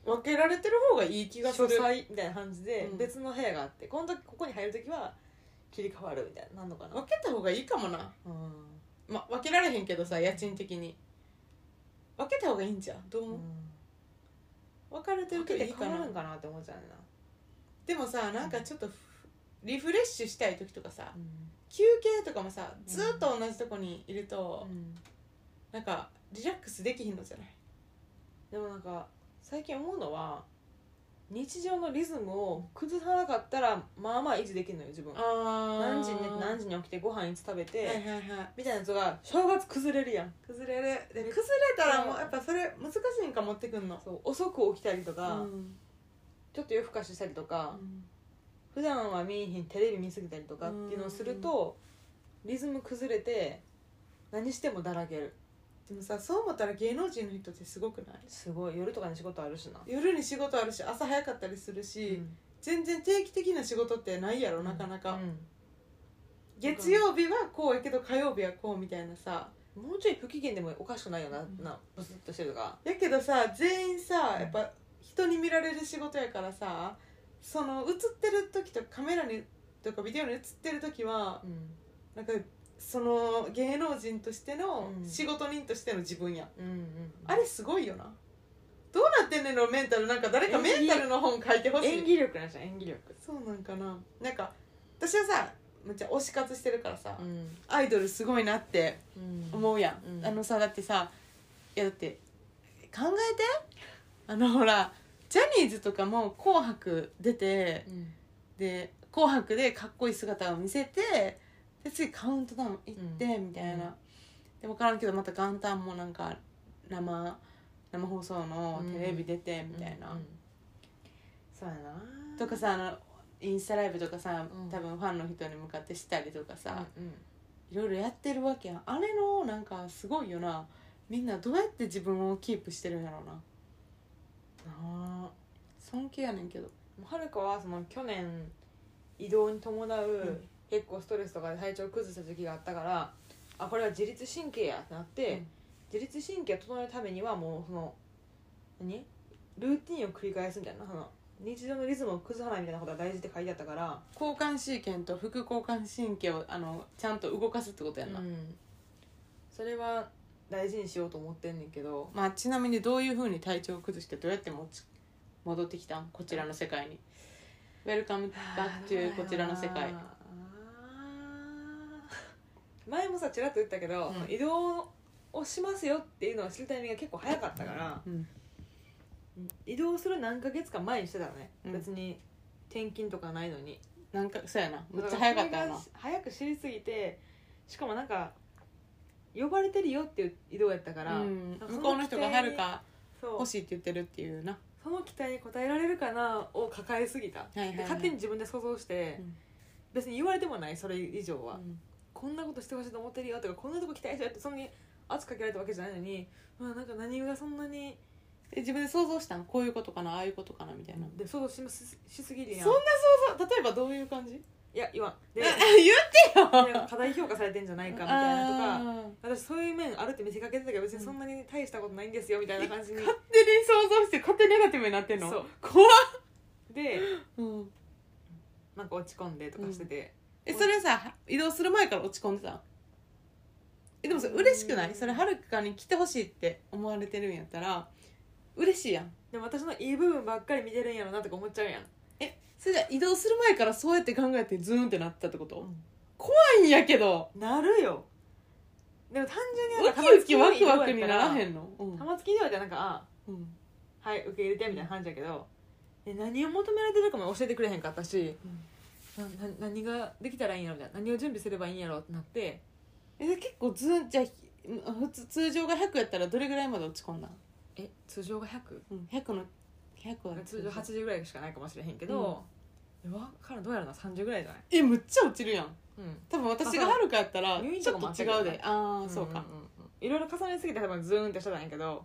分けられてる方がいい気がす書る斎みたいな感じでうん別の部屋があって、この時ここに入る時は切り替わるみたいななんのかな分けた方がいいかもなうまあ分けられへんけどさ家賃的に分けた方がいいんじゃんどう思う、分かれてる分とけいいてか変わなるんかなって思っちゃうねんな、でもさなんかちょっとふリフレッシュしたい時とかさうん休憩とかもさずっと同じとこにいると、なんかリラックスできひんのじゃないでもなんか最近思うのは日常のリズムを崩さなかったらまあまあ維持できるのよ自分あ何時に寝て何時時に起きてご飯いつ食べて、はいはいはいみたいなやつが正月崩れるやん崩れるで崩れたらもうやっぱそれ難しいんか持ってくんのそう遅く起きたりとうか、んちょっと夜更かししたりとか、普段は見えへんテレビ見すぎたりとかっていうのをすると、リズム崩れて何してもだらけるでもさそう思ったら芸能人の人ってすごくないすごい夜とかに仕事あるしな、夜に仕事あるし朝早かったりするし、全然定期的な仕事ってないやろなかなか、月曜日はこうやけど火曜日はこうみたいなさうんもうちょい不機嫌でもおかしくないよな、うんなブスッとしてるとかやけどさ全員さうんやっぱ人に見られる仕事やからさその映ってる時とかカメラにとかビデオに映ってる時はうんなんかその芸能人としてのうん仕事人としての自分や、うんうんあれすごいよなどうなってんねんのメンタルなんか誰かメンタルの本書いてほし演い技力なんじゃん演技力そうなんかななんか私はさめっちゃ推し活してるからさ、ん、アイドルすごいなって思う思うやん、うんあのさだってさいやだって考えてあのほらジャニーズとかも「紅白」出てで「紅白」でかっこいい姿を見せてで次カウントダウン行ってみたいな、うんで分からんけどまた元旦もなんか生生放送のテレビ出てみたいな、うんそうやなとかさあのインスタライブとかさ、うん多分ファンの人に向かってしたりとかさ、うんうんいろいろやってるわけやんあれのなんかすごいよなみんなどうやって自分をキープしてるんやろうななあ尊敬やねんけどはるかはその去年移動に伴う、ん結構ストレスとかで体調崩した時期があったからあこれは自律神経やってなって、うん自律神経を整えるためにはもうその何ルーティンを繰り返すみたいなその日常のリズムを崩さないみたいなことが大事って書いてあったから、交感神経と副交感神経をあのちゃんと動かすってことやんな、それは大事にしようと思ってんねんけどまあ、ちなみにどういうふうに体調を崩してどうやって持ち戻ってきたんこちらの世界にウェルカムバックというこちらの世界あー前もさちらっと言ったけど、うん移動をしますよっていうのを知るタイミングが結構早かったから、うん移動する何ヶ月か前にしてたのね、うん別に転勤とかないのになんかそうやなめっちゃ早かったよだならそれが早く知りすぎてしかもなんか呼ばれてるよっていう移動やったから、うんなんかそ向こうの人がはる期待にかそう欲しいって言ってるっていうなその期待に応えられるかなを抱えすぎた、いはいはいで勝手に自分で想像して、うん別に言われてもないそれ以上は、うんこんなことしてほしいと思ってるよとかこんなとこ期待してるってそんなに圧かけられたわけじゃないのに、まあ、なんか何がそんなにえ自分で想像したんこういうことかなああいうことかなみたいなで想像しますしすぎるやんそんな想像例えばどういう感じいや言わんで言ってよで過大評価されてんじゃないかみたいなとか私そういう面あるって見せかけてたけど別にそんなに大したことないんですよみたいな感じ に、勝手に想像して勝手にネガティブになってんのそう怖っ、でうん、なんか落ち込んでとかしてて、えそれさ移動する前から落ち込んでたんえでもそれ嬉しくなういんそれはるかに来てほしいって思われてるんやったら嬉しいやんでも私のいい部分ばっかり見てるんやろなとか思っちゃうやんえそれじゃあ移動する前からそうやって考えてズーンってなってたってこと、うん怖いんやけどなるよでも単純にウキウキワクワクにならへんんの、うん玉突き料理ってなんかあうんはい受け入れてみたいな感じやけど、え何を求められてるかも教えてくれへんかったしうんなな何ができたらいいんやろみたいな何を準備すればいいんやろってなってえ結構ずじゃあひ普通通常が100やったらどれぐらいまで落ち込んだ、え通常が 100? うん、100の100は通常80ぐらいしかないかもしれへんけど、えわからんどうやろな30ぐらいじゃない、えむっちゃ落ちるやんうん、多分私がはるかやったら入院ちとょかっもあったとけどね違うでああそうか、んんんいろいろ重ねすぎて多分ズーンってしてたんやけど、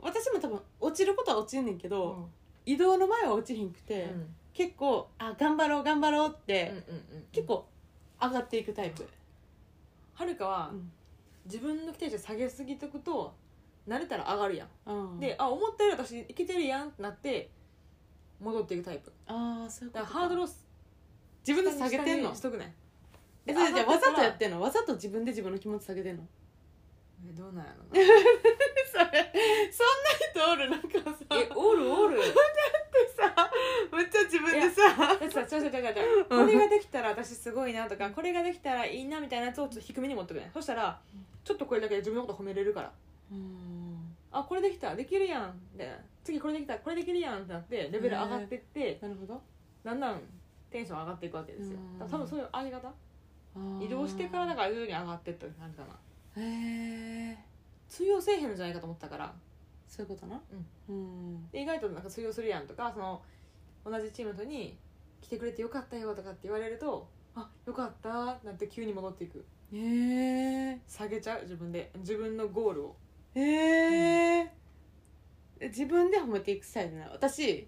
私も多分落ちることは落ちんねんけうど、ん移動の前は落ちひんくうんて、うん結構あ頑張ろう頑張ろうって、うん結構上がっていくタイプ、はるかは、うん自分の期待値下げすぎとくと慣れたら上がるやん、うん、であ思ったより私いけてるやんってなって戻っていくタイプああそういうことだかからハードルを自分で下げてん下のにしとくねえそれじゃあ上がわったらざとやってんのわざと自分で自分の気持ち下げてんのえどうなんやろなそれ そんな人おるなんかさ えおるおるさめっちゃ自分でさだってさ違う違う違う違うこれができたら私すごいなとかこれができたらいいなみたいなやつをちょっと低めに持ってくねそしたらちょっとこれだけで自分のこと褒めれるからうんあこれできたできるやんみたいな次これできたこれできるやんってなってレベル上がってって、なるほどだんだんテンション上がっていくわけですようんだから多分そういう上げ方あー移動してからだから徐々に上がっていった感じかなへえ通用せえへんのじゃないかと思ったからそういうことなうんで意外となんか通用するやんとかその同じチームとに来てくれてよかったよとかって言われるとあよかったーなんて急に戻っていくへえ下げちゃう自分で自分のゴールをへえ自分で褒めていくスタイルなの私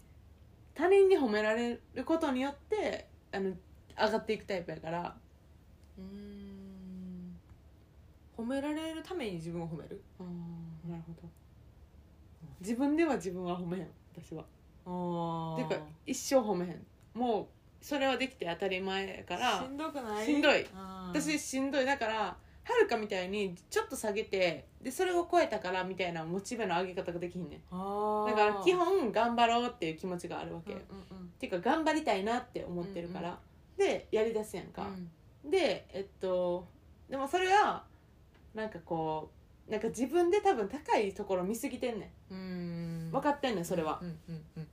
他人に褒められることによってあの上がっていくタイプやからうん褒められるために自分を褒めるうんなるほど自分では自分は褒めへん私はあていうか一生褒めへんもうそれはできて当たり前やからしんどくないしんどい私私しんどいだからはるかみたいにちょっと下げてでそれを超えたからみたいなモチベの上げ方ができひんねんあだだかからら基基本本頑張ろうっていう気持ちがあるわけ、うんていうか頑張りたいなって思ってるから、でやりだすやんか、でえっとでもそれはなんかこうなんか自分で多分高いところ見すぎてんねうんん分かってんねんそれは、うんうんうん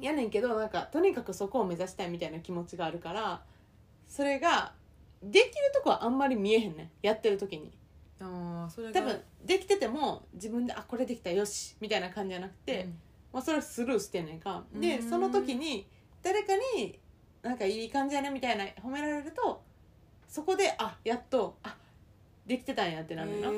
やねんけどなんかとにかくそこを目指したいみたいな気持ちがあるからそれができるとこはあんまり見えへんねんやってる時にああそれが多分できてても自分で「あこれできたよし」みたいな感じじゃなくて、うんまあ、それをスルーしてんねんかうでーんその時に誰かに「なんかいい感じやね」みたいな褒められるとそこで「あやっとあできてたんや」ってなるねんな、へ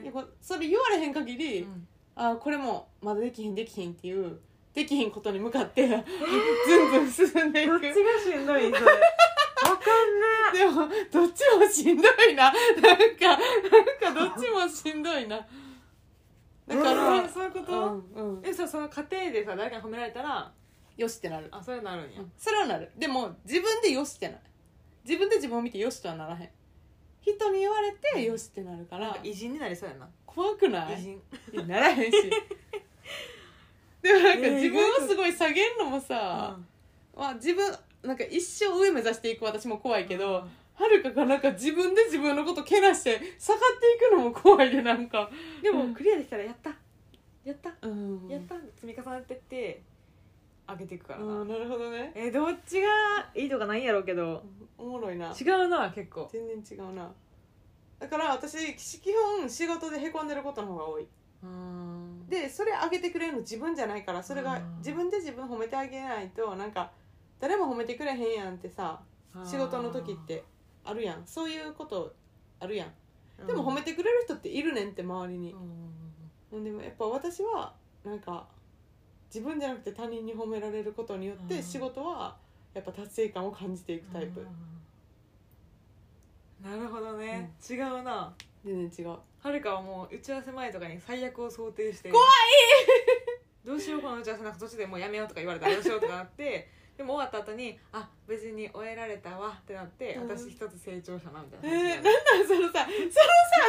でーこうそれ言われへん限り、うんあこれもまだできひんできひんっていうできひんことに向かってず んずん進んで いどくっちがしんどいそれわかんねでもどっちもしんどいななんかなんかどっちもしんどいなだから、えーそういうこと、うんうんえそうその家庭でさ誰かに褒められたらよしってなるあそれなるんや、それはなるでも自分でよしってない自分で自分を見てよしとはならへん人に言われてよしってなるかなんらか偉人になりそうやな、怖くな偉い人いやならへんし でもなんかえー自分をすごい下げるのもあさ、まあ、自分なんか一生上目指していく私も怖いけけどど、はるかがなんか自分で自分のことけなして下がっていくのも怖いでなんかでもクリアできたらやったやった、うんやった積み重なってって上げていくからな、うんなるほどねえどっちがいいとかないんやろうけどおもろいな違うな結構全然違うなだから私基本仕事でへこんでることの方が多いうんでそれ上げてくれるの自分じゃないからそれあがー自分で自分褒めてあげないとなんか誰も褒めてくれへんやんってさ仕事の時ってあるやんそういうことあるやんでも褒めてくれる人っているねんって周りにう、んうんでもやっぱ私はなんか自分じゃなくて他人に褒められることによっうてん仕事はやっぱ達成感を感じていくタイプなるほどね、違うな全然違うはるかはもう打ち合わせ前とかに最悪を想定して怖いどうしようこの打ち合わせなんか途中でもうやめようとか言われたらどうしようとかなってでも終わった後にあ別に終えられたわってなって、うん私一つ成長したなみたえいな、ー、なんなんそのさそのさ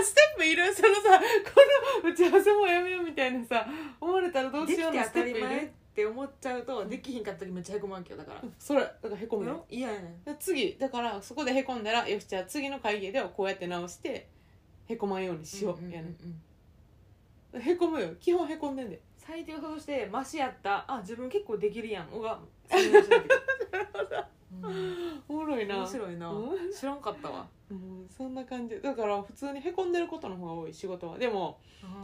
ステップいるそのさこの打ち合わせもやめようみたいなさ思われたらどうでしきようのてス当テたップりい前っるて思っちゃうとできひんかった時めっちゃへこまんけよだから、それだからへこむうよいやね次だからそこでへこんだらよしじゃあ次の会議ではこうやって直してへこまんようにしようやね、んんんへこむよ基本へこんでんで最最低を外してマシやったあ自分結構できるやん おがそう思ってたけどうんおもろいな面白いなうん知らんかったわうんそんな感じだから普通にへこんでることの方が多い仕事はでも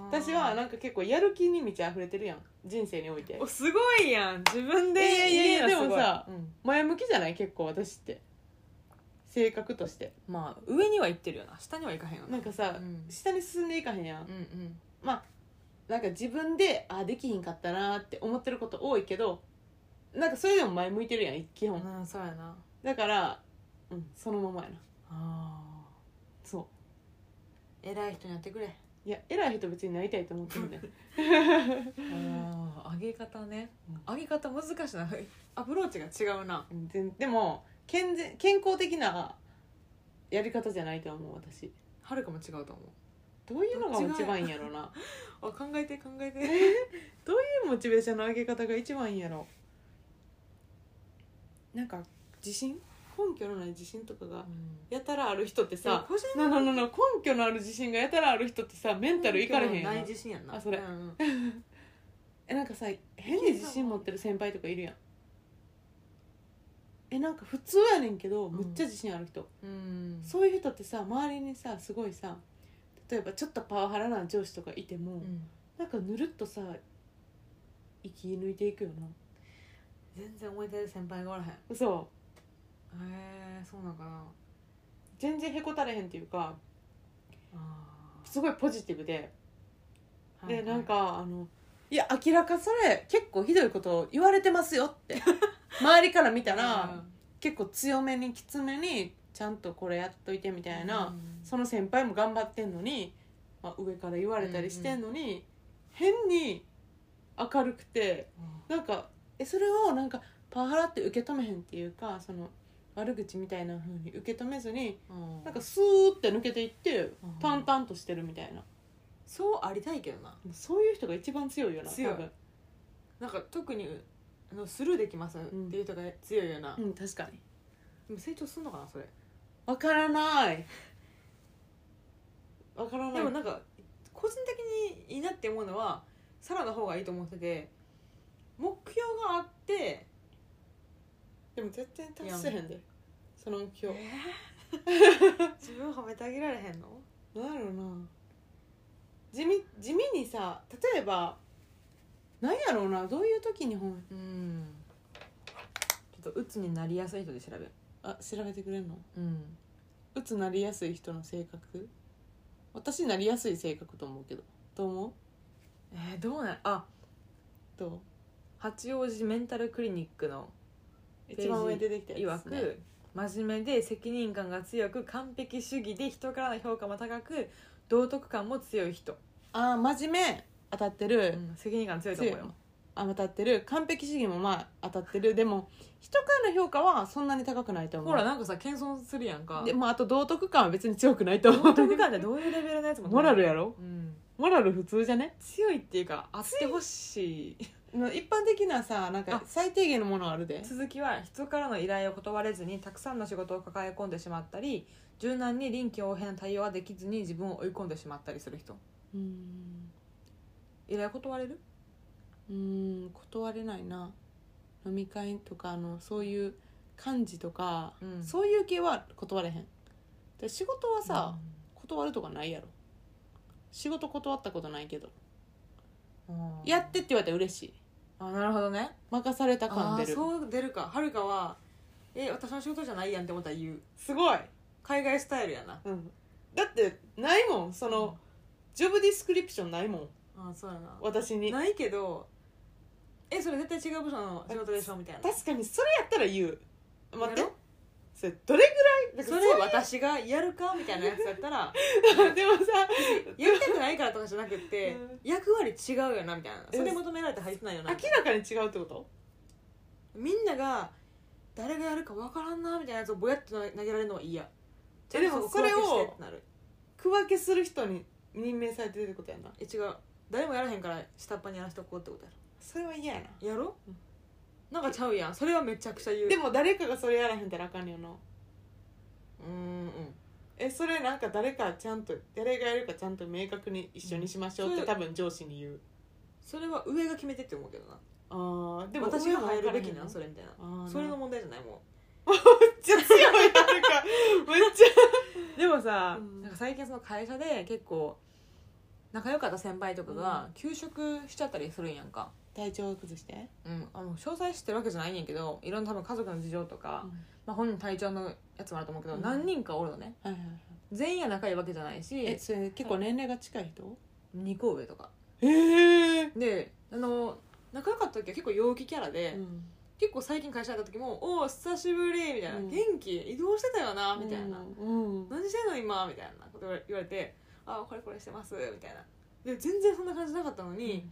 私はなんか結構やる気に満ち溢れてるやん人生においておすごいやん自分でいやいやいや言えるのすごでもさうん前向きじゃない結構私って性格としてまあ上には行ってるよな下には行かへんよなんかさ、うん下に進んでいかへんやん、うんうんまあなんか自分であできひんかったなって思ってること多いけどなんかそれでも前向いてるやん基本うんそうやなだから、うん、そのままやなあそー偉い人にやってくれういや偉い人別になりたいと思ってるんだよああ上げ方ねうん上げ方難しいなアプローチが違うなうん全でも健全健康的なやり方じゃないと思う私はるかも違うと思どういうのがどっち一が番いいんやろうなうあ考えて考えてモチベーションの上げ方が一番いいんやろなんか自信根拠のない自信とかがやたらある人ってささ個人なななな根拠のある自信がやたらある人ってさメンタルいかれへんやないん自信やんなあそれうんうんえなんかさ変に自信持ってる先輩とかいるやんえなんか普通やねんけどんむっちゃ自信ある人、うんそういう人ってさ周りにさすごいさ例えばちょっとパワハラな上司とかいても、うんなんかぬるっとさ生き抜いていくよな全然思い出る先輩がおらへんへそうえそうなんかな全然へこたれへんっていうかあすごいポジティブで、ーではいなんかあのいや明らかそれ結構ひどいこと言われてますよって 周りから見たら、うん結構強めにきつめにちゃんとこれやっといてみたいな、うんその先輩も頑張ってんのに、まあ、上から言われたりしてんのに、変に明るくてなんかえそれをなんかパワハラって受け止めへんっていうかその悪口みたいな風に受け止めずにうんなんかスーって抜けていってうん淡々としてるみたいなそうありたいけどなそういう人が一番強いよな強い多分なんか特にあのスルーできますっていう人が強いよな、でうん確かにも成長するのかなそれわからないわからないでもなんか個人的にいいなって思うのはサラの方がいいと思ってて目標があってでも絶対達せへんでその目標えー 自分を褒めてあげられへんのなんやろな地味地味にさ例えばなんやろうなどういう時に本うんちょっと鬱になりやすい人で調べるあ調べてくれるのうんうつなりやすい人の性格私なりやすい性格と思うけどどう思うえー、どうなんあどう八王子メンタルクリニックのページ一番上出てきた曰やつく、ですね真面目で責任感が強く完璧主義で人からの評価も高く道徳感も強い人、あー真面目当たってる、うん責任感強いと思うよあ当たってる完璧主義もまあ当たってるでも人からの評価はそんなに高くないと思うほらなんかさ謙遜するやんかでもあと道徳感は別に強くないと思う道徳感ってどういうレベルのやつ もモラル、やろうん、モラル普通じゃね強いっていうかあってほしい一般的なさなんかあ最低限のものあるで続きは人からの依頼を断れずにたくさんの仕事を抱え込んでしまったり柔軟に臨機応変な対応ができずに自分を追い込んでしまったりする人うーん依頼断れるうーん断れないな飲み会とかあのそういう幹事とか、うんそういう系は断れへんで仕事はさ、断るとかないやろ仕事断ったことないけど、うんやってって言われたら嬉しいあなるほどね任されたあ感出ーるそう出るかはるかは「え私の仕事じゃないやん」って思ったら言うすごい、海外スタイルやなうん、だってないもんそその、ジョブディスクリプションないもんあーそうやな私にないけど「えそれ絶対違う部署の仕事でしょ」みたいな確かにそれやったら言う待ってやろそれどれ ぐらいそれ私がやるかみたいなやつだったられでもさやりたくないからとかじゃなくっ てうん役割違うよなみたいなそれ求められて入ってないよ明ならかに違うってことみんなが誰がやるか分からんなみたいなやつをぼやっと投げられるのは嫌えでもそれをちゃんと小分けしてってなる区分けする人に任命されてるってことやなえ違う誰もやらへんから下っ端にやらしとこうってことやろそれは嫌やなやろ、うんなんかちゃうやんそれはめちゃくちゃ言うでも誰かがそれやらへんたらあかんよなうーんうんえそれなんか誰かちゃんと誰がやるかちゃんと明確に一緒にしましょうっうて、んそう多分上司に言うそれは上が決めてって思うけどなああででもも私が入入るべきなんそれみたいなそそれれのの問題じゃないもめっちゃ強いなんかめっちうでもさ、うんなんか最近その会社で結構仲良かった先輩とかが休職しちゃったりするんやんか、ゃ体調を崩してうん、あの詳細知ってるわけじゃないんやけどいろんな多分家族の事情とか、うんまあ、本人体調のやつもあると思うけど、うん何人かおるのねはいはいはい全員が仲いいわけじゃないえしそれ結構年齢が近い人2個上とかええであの仲良かった時は結構陽気キャラで、うん結構最近会社だった時も「おお久しぶり」みたいな「うん元気移動してたよな」みみたたいいなな「うん何してんの今」みたいなこと言われて「ああこれこれしてます」みたいなで全然そんな感じなかったのに、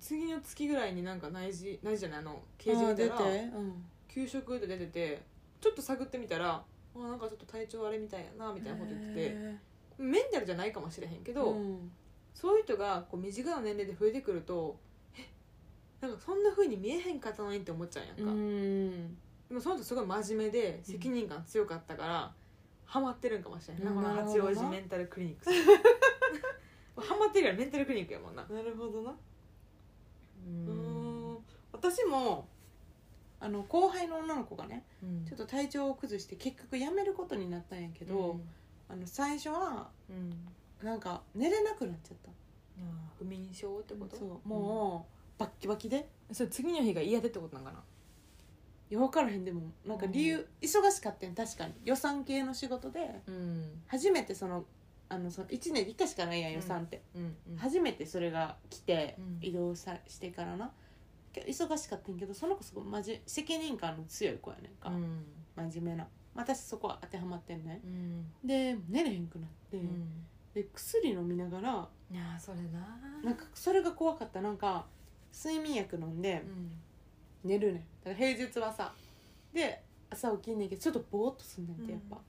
次の月ぐらいになんか内示内示じゃないあの掲示あ見ー出たてらうん給食で出ててちょっと探ってみたら「あーなんかちょっと体調あれみたいやな」みたいなこと言ってて、へメンタルじゃないかもしれへんけーど、うんそういう人がこう身近な年齢で増えてくるとえなんかそんなふうに見えへんかったのにって思っちゃうやんか、うんでもその人すごい真面目でうん責任感強かったから、ハマってるんかもしれないな、うんこのなるほ八どな王子メンタルクリニッ クハマってるよりメンタルクリニックやもんななるほどなううーん私もあの後輩の女の子がねちょっとと体調を崩して結局辞めることになったんやけど、あの最初はうん、うんなんか寝れなくなっちゃったあー不眠症ってことそうもう、バッキバキでそれ次の日が嫌でってことなんかなよや分からへんでもなんか理由、忙しかったん確かに予算系の仕事でうん初めてそのあのその1年1回しかないやん予算って、うんうん初めてそれが来て、うん移動さしてからなけ忙しかったんやけどその子すごい真面責任感の強い子やねんか、うん真面目なまあ私そこは当てはまってんねうんで寝れへんくなって、うんで薬飲みながらいやーそれなーなんかそれが怖かったなんか睡眠薬飲んでうん寝るねんだから平日はさで朝起きんねんけどちょっとボーっとすんねんってやっぱ、うん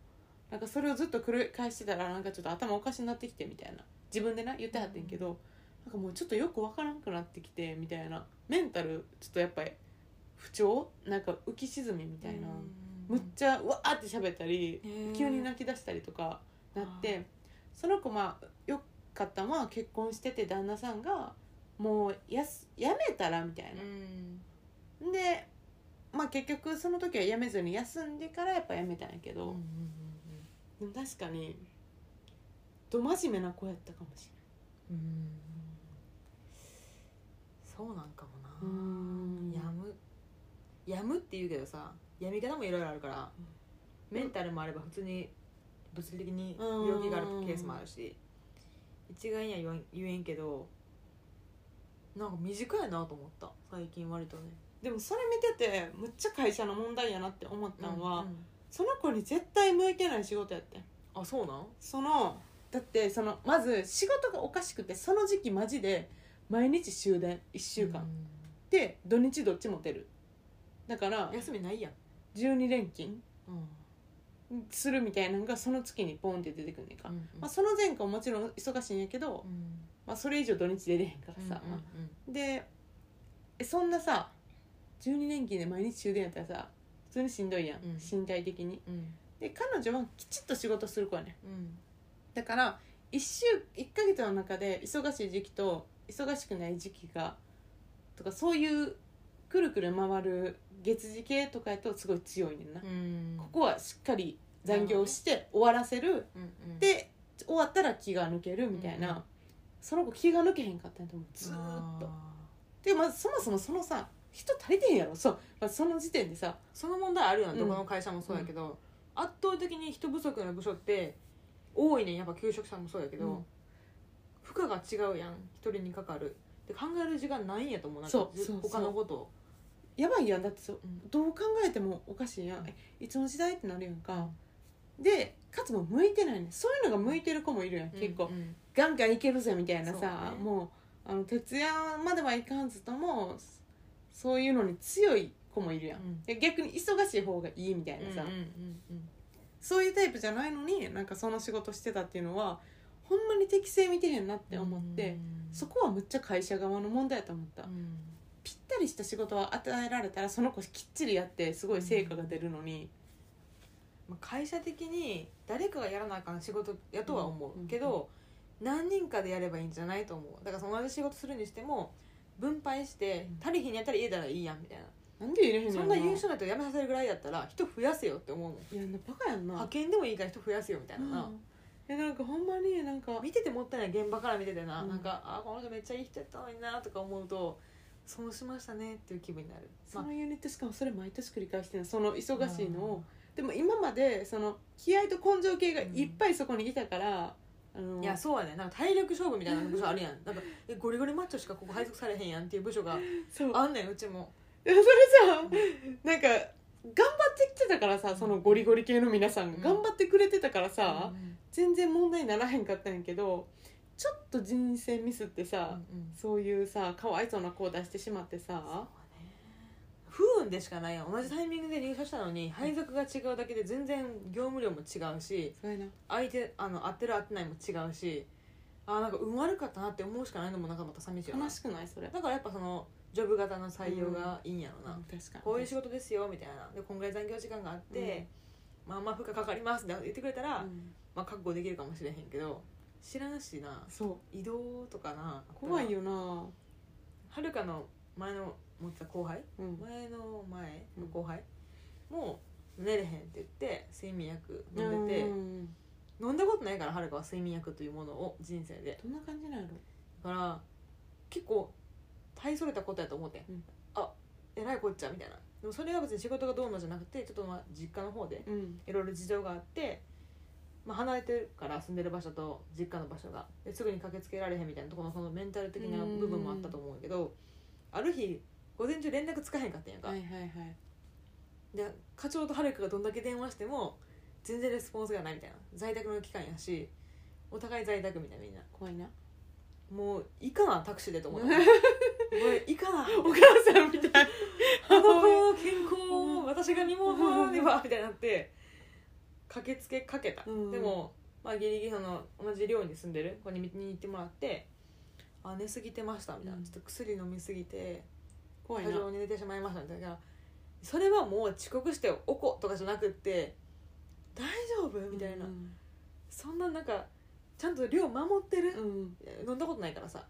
なんかそれをずっと繰り返してたらなんかちょっと頭おかしになってきてみたいな自分でな言ってはってんけど、なんかもうちょっとよくわからんくなってきてみたいなメンタルちょっとやっぱり不調なんか浮き沈みみたいな、むっちゃうわーって喋ったり、急に泣き出したりとかなって、その子まあよかったのは結婚してて旦那さんがもうやすやめたらみたいな、うんでまあ結局その時は辞めずに休んでからやっぱ辞めたんやけうんどうん、でも確かにど真面目な子やったかもしうんうんそうなんかもなれないうんやむやむって言うけどさやみ方もいろいろあるから、メンタルもあれば普通に物理的に病気があるケースもあるし、一概には言わん言えんけどなんか短いなと思った最近割とねでもそれ見ててむっちゃ会社の問題やなって思ったのは、うんうんその子に絶対向いてない仕事やってんあそうなんそのだってそのまず仕事がおかしくてその時期マジで毎日終電1週間、で土日どっちも出るだからうん休みないやん、 12連勤うんするみたいなのがその月にポンって出てくんねんか、まあ、さその前後もちろん忙しいんやけど、まあ、それ以上土日出れへんからさ、でえそんなさ12年期で毎日終電やったらさ普通にしんどいやん、うん身体的にで彼女はきちっと仕事する子やねんだから1週1ヶ月の中で忙しい時期と忙しくない時期がとかそういうくるくる回る月次系とかやとすごい強いねんな、ここはしっかり残業して終わらせるで終わったら気が抜けるみたいな、うんうんその子気が抜けへんかったんやと思うずずーっっととでまあそもそもそのさ人足りてへんやろそう、まあ、その時点でさその問題あるよな、うんどこの会社もそうやけど、圧倒的に人不足の部署って多いねんやっぱ求職者もそうやけど、うん負荷が違うやん一人にかかるで考える時間ないんやと思うなんかそうじそうそう他のことをやばいやんだってそう、うんどう考えてもおかしいやんえいつの時代ってなるやんかでかつもう向いてないねそういうのが向いてる子もいるやん結構、うんガンガンいけるぜみたいなそうさだねもうあの徹夜まではいかんずともそういうのに強い子もいるやん、うんで逆に忙しい方がいいみたいなさ、うんうんうんそういうタイプじゃないのになんかその仕事してたっていうのはほんまに適性見てへんなって思って、うんそこはむっちゃ会社側の問題やと思った、うんぴったりした仕事は与えられたらその子きっちりやってすごい成果が出るのに、まあ会社的に誰かがやらなあかん仕事やとは思うんううんけど、何人かでやればいいんじゃないと思うだからその同じ仕事するにしても分配してうん足りひんやったら家たらいいやんみたいな、なんで入れへんのそんな優秀な人辞めさせるぐらいやったら人増やせよって思うもんいやバカやんな派遣でもいいから人増やせよみたいなな、えなんかほんまになんか見ててもったいない現場から見ててな、うんなんかあこの人めっちゃいい人やったのになとか思うと損しましたねっていう気分になる、そのユニットしかもそれ毎年繰り返してるその忙しいのをでも今までその気合と根性系がいっぱいそこにいたから、あのいやそうやねなんか体力勝負みたいな部署あるやんなんかえゴリゴリマッチョしかここ配属されへんやんっていう部署がそうあんねんうちもでもそれさなんか頑張ってきてたからさそのゴリゴリ系の皆さんがうん頑張ってくれてたからさ、うん全然問題にならへんかったんやけどちょっと人選ミスってうんうさ、んそういうさかわいそうな子を出してしまってさ不運でしかないやん同じタイミングで入社したのに配属が違うだけで全然業務量も違うしそうやな相手あの合ってる合ってないも違うしあーなんか運悪かったなって思うしかないのもなんかまた寂しいよな悲しくないそれだからやっぱそのジョブ型の採用がいいんやろな、うん確かにこういう仕事ですよみたいなでこんぐらい残業時間があって、まあまあ負荷かかりますって言ってくれたら、うんまあ覚悟できるかもしれへんけど知らんしなそう移動とかな怖いよなはるかの前の持ってた後輩うん前の前の後輩、もう寝れへんって言って睡眠薬飲んでて、うん飲んだことないからはるかは睡眠薬というものを人生でどんな感じなんやろだから結構大それたことやと思って、うんあえらいこっちゃみたいなでもそれは別に仕事がどうのじゃなくてちょっとまあ実家の方でうんいろいろ事情があって、まあ、離れてるから住んでる場所と実家の場所がですぐに駆けつけられへんみたいなところのそのメンタル的な部分もあったと思うけどある日午前中連絡つかへんかったんやんか、はいはいはいで課長とはるかがどんだけ電話しても全然レスポンスがないみたいな在宅の期間やしお互い在宅みたいなみんな怖いなもういいかなタクシーでと 思ってこれいいかなお母さんみ たいあの子の健康を私が見守るねばみたいになって駆けつけかけた、うんでも、まあ、ギリギリその同じ寮に住んでる子に見に行ってもらって「あ寝すぎてました」みたいな、うんちょっと薬飲みすぎて怖い過な剰に寝てしまいました」みたいなそれはもう遅刻しておことかじゃなくって「大丈夫?」みたいな、うんそんななんかちゃんと寮守ってる、うん飲んだことないからさ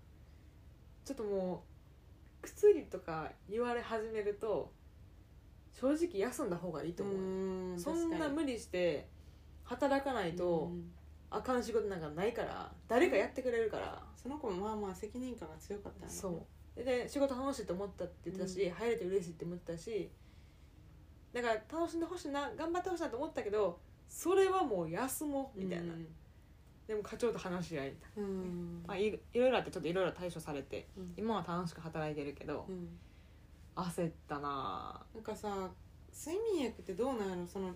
ちょっともう薬とか言われ始めると正直休んだ方がいいと思う、うんそんな確か無理して働かないにとうんあかん仕事なんかないから誰かやってくれるから、その子もまあまあ責任感が強かったんやろそうで仕事楽しいと思ったって言ってたし、入れて嬉しいって思ってたしだから楽しんでほしいな頑張ってほしいなと思ったけどそれはもう休もうみたいな、でも課長と話し合いみたいな、うんうんまあ、いいろいろあってちょっといろいろ対処されてうん今は楽しく働いてるけど、うん焦ったななんかさ睡眠薬ってどうなんやろその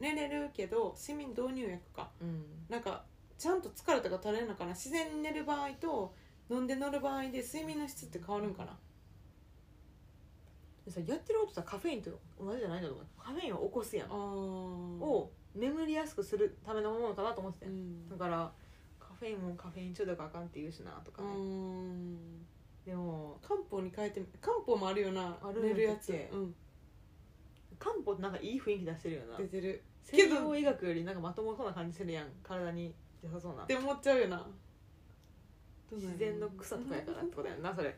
寝れるけど睡眠導入薬かうんなんかちゃんと疲れたか取れるのかな自然に寝る場合と飲んで乗る場合で睡眠の質って変わるんかなでさやってることさカフェインと同じじゃないんだと思うカフェインを起こすやんあをを眠りやすくするためのものかなと思ってたうよ、んだからカフェインもカフェイン中毒あかんって言うしなとかうね、んでも漢方に変えてみ漢方もあるよなある寝るやつ、なんだっけうん、漢方ってなんかいい雰囲気出してるよな出てる西洋医学よりなんかまともそうな感じするやん体に良さそうなって思っちゃうよな 自然の草とかやからってことやんなそれ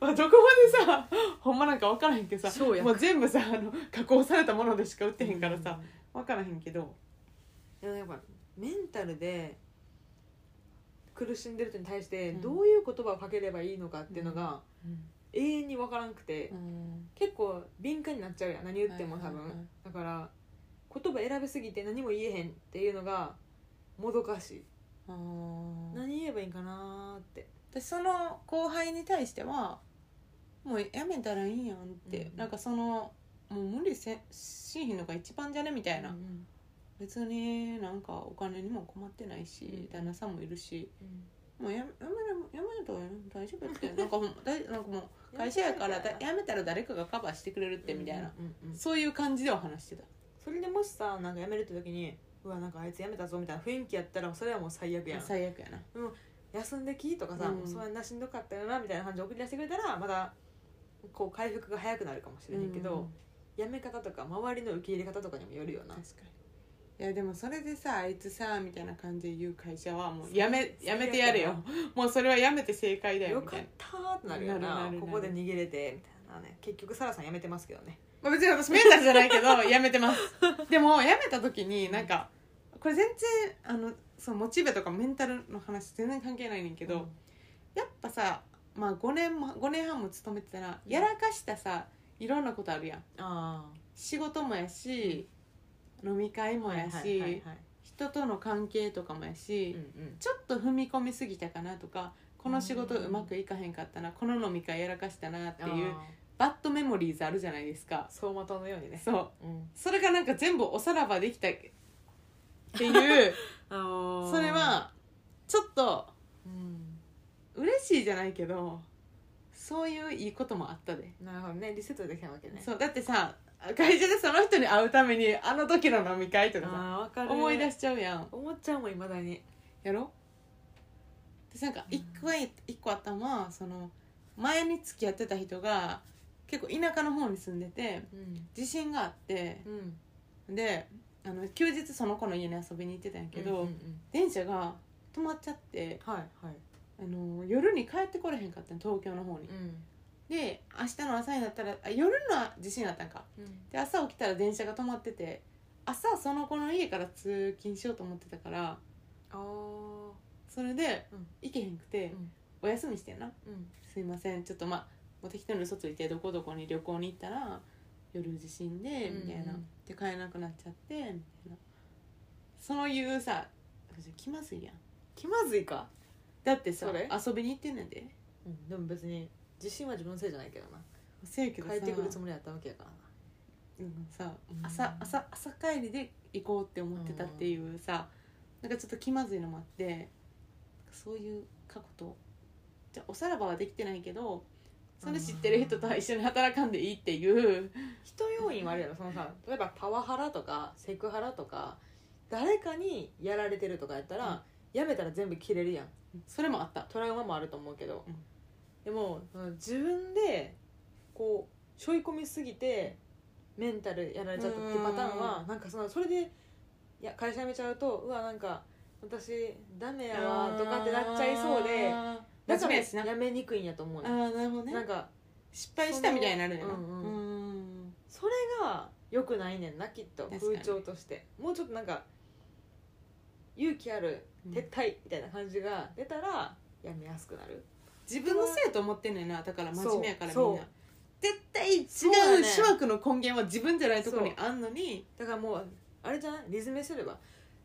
まあどこまでさほんまなんか分からへんけどさ生薬もう全部さあの加工されたものでしか売ってへんからさ、分からへんけどでもやっぱメンタルで苦しんでる人に対してうんどういう言葉をかければいいのかっていうのが永遠に分からんくて、結構敏感になっちゃうやん何言っても多分、はいはいはいだから言葉選びすぎて何も言えへんっていうのがもどかしい、何言えばいいんかなーって私その後輩に対してはもうやめたらいいやんって、うんなんかそのもう無理せしひんのが一番じゃねみたいな、うん別になんかお金にも困ってないし、うん旦那さんもいるしうんもうやめやめやめたら大丈夫ってなんかほん まだいなんかもう会社やからだやめたら誰かがカバーしてくれるってみたいな、、うんうんうんそういう感じでは話してたそれでもしさなんか辞めるって時にうわなんかあいつ辞めたぞみたいな雰囲気やったらそれはもう最悪やん最悪やな休んできとかさ、うんもうそんなしんどかったよなみたいな感じで送り出してくれたらまだこう回復が早くなるかもしれへんけど、うんやめ方とか周りの受け入れ方とかにもよるよな確かいやでもそれでさあいつさみたいな感じで言う会社はもうやめやめてやれよもうそれはやめて正解だよよみかたいっな、たーってなるよなるななるなるここで逃げれてみたいなね結局サラさん辞めてますけどねまあ、別に私メンタルじゃないけど やめてますでもやめた時になんかこれ全然あのそうモチベとかメンタルの話全然関係ないねんけど、やっぱさ、まあ、5, 年も5年半も勤めてたらやらかしたさいろんなことあるやんあ仕事もやし、飲み会あもやし、人との関係とかもやし、ちょっと踏み込みすぎたかなとかこの仕事うまくいかへんかったなこの飲み会やらかしたなっていうバッドメモリーズあるじゃないですか走馬灯のようにねそううんそれがなんか全部おさらばできたっていうそそれはちょっとうん嬉しいじゃないけどそういういいこともあったで、なるほどねリセットできたわけねそうだってさ会社でその人に会うためにあの時の飲み会とかさああわかる思い出しちゃうやん思っちゃうもんいまだにやろ私なんかうん一個,、一個あったのはその前に付き合ってた人が結構田舎の方に住んでてうん地震があってうんであの休日その子の家に遊びに行ってたんやけけど、ど電車が止まっちゃってはいはいあの夜に帰ってこれへんかったの東京の方に、うんで明日の朝になったらあ夜の地震だったんかうんで朝起きたら電車が止まってて朝その子の家から通勤しようと思ってたからあーそれでうん行けへんくて、うんお休みしてんなうんすいませんちょっとまあもう適当に嘘ついてどこどこに旅行に行ったら夜地震でみたいな、うんうんで買えなくなっちゃってみたいなそういうさ気まずいやん気まずいかだってさそれ遊びに行ってんねんでうんでも別に自信は自分のせいじゃないけどなせやけどさ帰ってくるつもりやったわけやからなうんさうん朝朝朝帰りで行こうって思ってたっていうさ、なんかちょっと気まずいのもあってそういう過去とじゃあおさらばはできてないけどそれ知ってる人とは一緒に働かんでいいっていう人要因はあるやろそのさ例えばパワハラとかセクハラとか誰かにやられてるとかやったら、やめたら全部切れるやんそれもあったトラウマもあると思うけど、うんでもその自分でこう背負い込みすぎてメンタルやられちゃったっていうパターンはなんかそのそれでいや会社辞めちゃうとうわなんか私ダメやわとかってなっちゃいそうでだだかからら辞なあめにくいんやと思うねんーなるほどねなんか失敗したみたいになるのよなそのうんううんそれが良くないねんなきっと確かに風潮としてもうちょっとなんか勇気ある撤退みたいな感じが出たらやめやすくなる自分のせいと思ってんねんなだから真面目やからみそうんな絶対違うそうだね諸悪の根源は自分じゃないところにあんのにだからもうあれじゃない理詰めすれば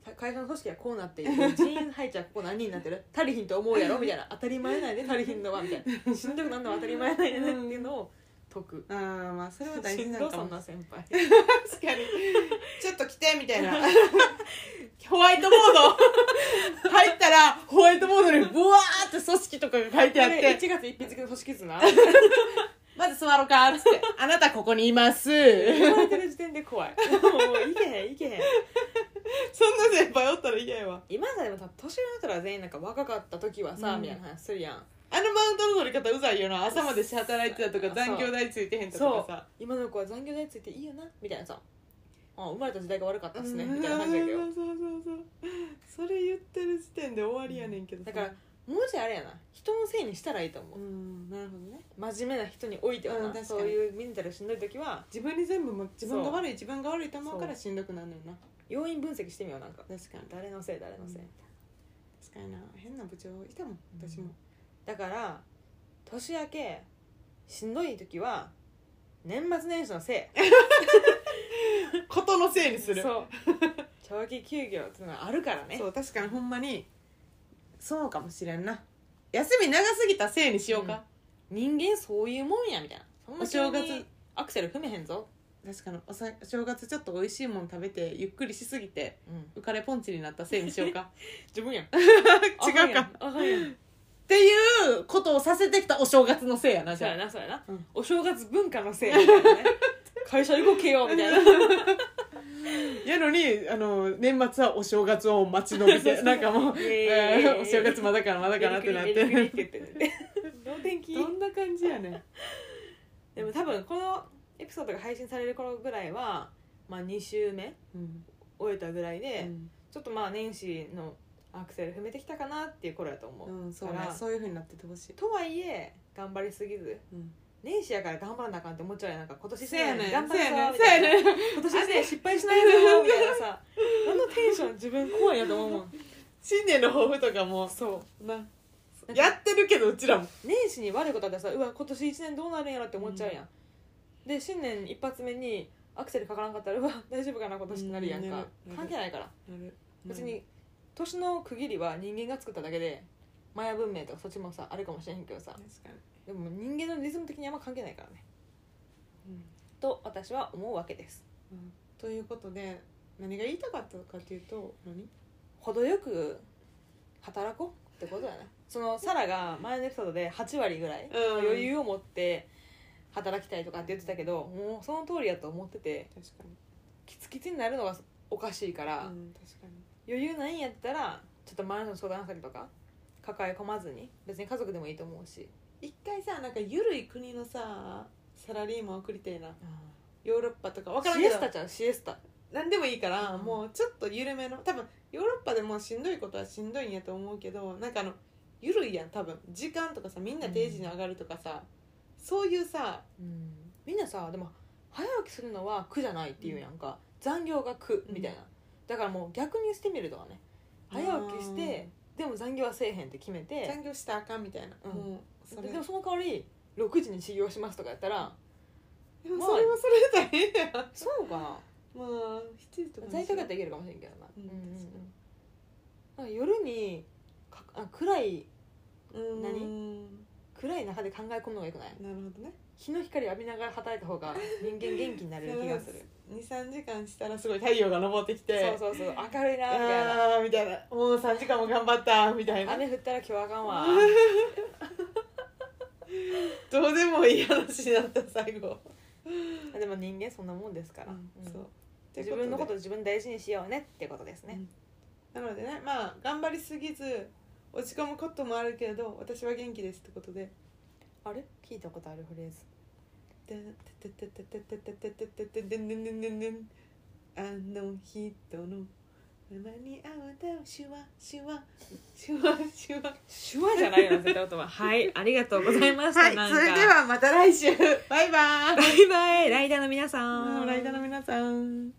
た会社の組織はこうなっている人員配置はここ何人になって る足りひんと思うやろみたいな当たり前ないね足りひんのはみたいなしんどくなんのは当たり前ないねっていうのを解くあーまあそれは大し事んなどのかそもんな先輩確かにちょっと来てみたいな ホワイトボード 入ったらホワイトボードにブワーって組織とかが書いてあっこれ1て月1日の組織図なまず座ろうかっつってあなたここにい ます言われてる時点で怖いもういけへんいけへんそんな先輩おったら嫌やわ今さでもさ年上の人ら全員なんか若かった時はさ、うんみたいな話するやんあのマウントの取り方うざいよな朝まで働いてたとかそう残業代ついてへんとかさ今の子は残業代ついていいよなみたいなさあ生まれた時代が悪かったっすねうんみたいな話だけどそうそうそうそうそれ言ってる時点で終わりやねんけどさだからもうちょいあれやな人のせいにしたらいいと思うう、んなるほどね真面目な人においてはな、うん確かそにういうメンタルしんどい時は自分に全部も自分がそう悪い自分が悪いと思うからしんどくなるのよな要因分析してみようなんか確かに誰のせい誰のせい、うん確かにな変な部長いたもん私も、だから年明けしんどい時は年末年始のせいことのせいにするそう長期休業っていうのはあるからねそう確かにほんまにそうかもしれんな休み長すぎたせいにしようか、人間そういうもんやみたいなそんなお正月急にアクセル踏めへんぞ、確かにおさお正月ちょっと美味しいもの食べてゆっくりしすぎてうん、浮かれポンチになったせいにしようか自分やん 違うかっあかんや んていうことをさせてきたお正月のせいやなじそうゃ やあなそうやな、うんお正月文化の せいみたいなね会社動けよみたい なやのにあの年末はお正月を待ち延び てなんかもう、イエ ーイえーお正月まだからまだからってなっエリクリエてリクリって言ってどう天気 どんな感じやねんでも多分このエピソードが配信される頃ぐらいはまあ2週目うん終えたぐらいで、うんちょっとまあ年始のアクセル踏めてきたかなっていう頃だと思う、うん、そうかねらそういうふうになっててほしい、とはいえ頑張りすぎずうん、年始やから頑張らなあかんって思っちゃうやんなんか今年せやねん頑張せるやねぞんみせたやいなねん今年ね失敗しないぞみたいなさあのテンション自分怖いなと思うもん新年の抱負とかもそうななんかやってるけどうちらも年始に悪いことあったらさうわ今年1年どうなるんやろって思っちゃうやん、で新年一発目にアクセルかからんかったらうわ大丈夫かな今年ってなるやんうんなかるなる関係ないから別別にに年の区切りは人間が作っただけでマヤ文明とかそっちもさあるかもしれへんけどさ確かでも人間のリズム的にあんま関係ないからねに、と私は思うわけですうん、ということで何が言いたかったかっていうと何程よく働こうってことだねそのサラが前のエピソードで8割ぐらいうん余裕を持って働きたいとかって言ってたけどもうその通りやと思ってて確かにキツキツになるのがおかしいから、うん確かに余裕ないんやったらちょっと前の相談したりとか抱え込まずに別に家族でもいいと思うし一回さなんかゆるい国のさサラリーマン送りてえなヨーロッパとか分からんシけエどスタちゃうシエスタ何でもいいから、うんもうちょっと緩めの多分ヨーロッパでもしんどいことはしんどいんやと思うけどなんかあの緩いやん多分時間とかさみんな定時に上がるとかさ、そういうさみんなさでも早起きするのは苦じゃないっていうやんか、残業が苦みたいな、だからもう逆にしてみるとかね早起きしてでも残業はせえへんって決めうんて残業したらあかんみたいな、うんもうそれでもその代わり6時に修行しますとかやったらでもそれはそれ大変やんまそうかなあ7時とかにしよう在宅やったらいけるかもしれんけどな,、うん確かになんか夜にかあ暗いうん何暗い中で考え込むのがよくないなるほどね日の光浴びながら働いた方が人間元気になれる気がする23時間したらすごい太陽が昇ってきてそうそうそう明るいなみたいなあーみたいなもう3時間も頑張ったみたいな雨降ったら今日はあかん わどうでもいい話になった最後、でも人間そんなもんですから、うんそう自分のことで自分大事にしようねってことですね、なのでねまあ頑張りすぎず落ち込むこともあるけれど私は元気ですってことであれ聞いたことあるフレーズ「でんてててててててててててんでんでんでんでんあの人の間に合うたシュワシュワシュワシュワ」手話じゃ ないよ絶対言葉はいありがとうございました、はいなんそかれではまた来週バイバーイバイバイライダーの皆さんライダーの皆さん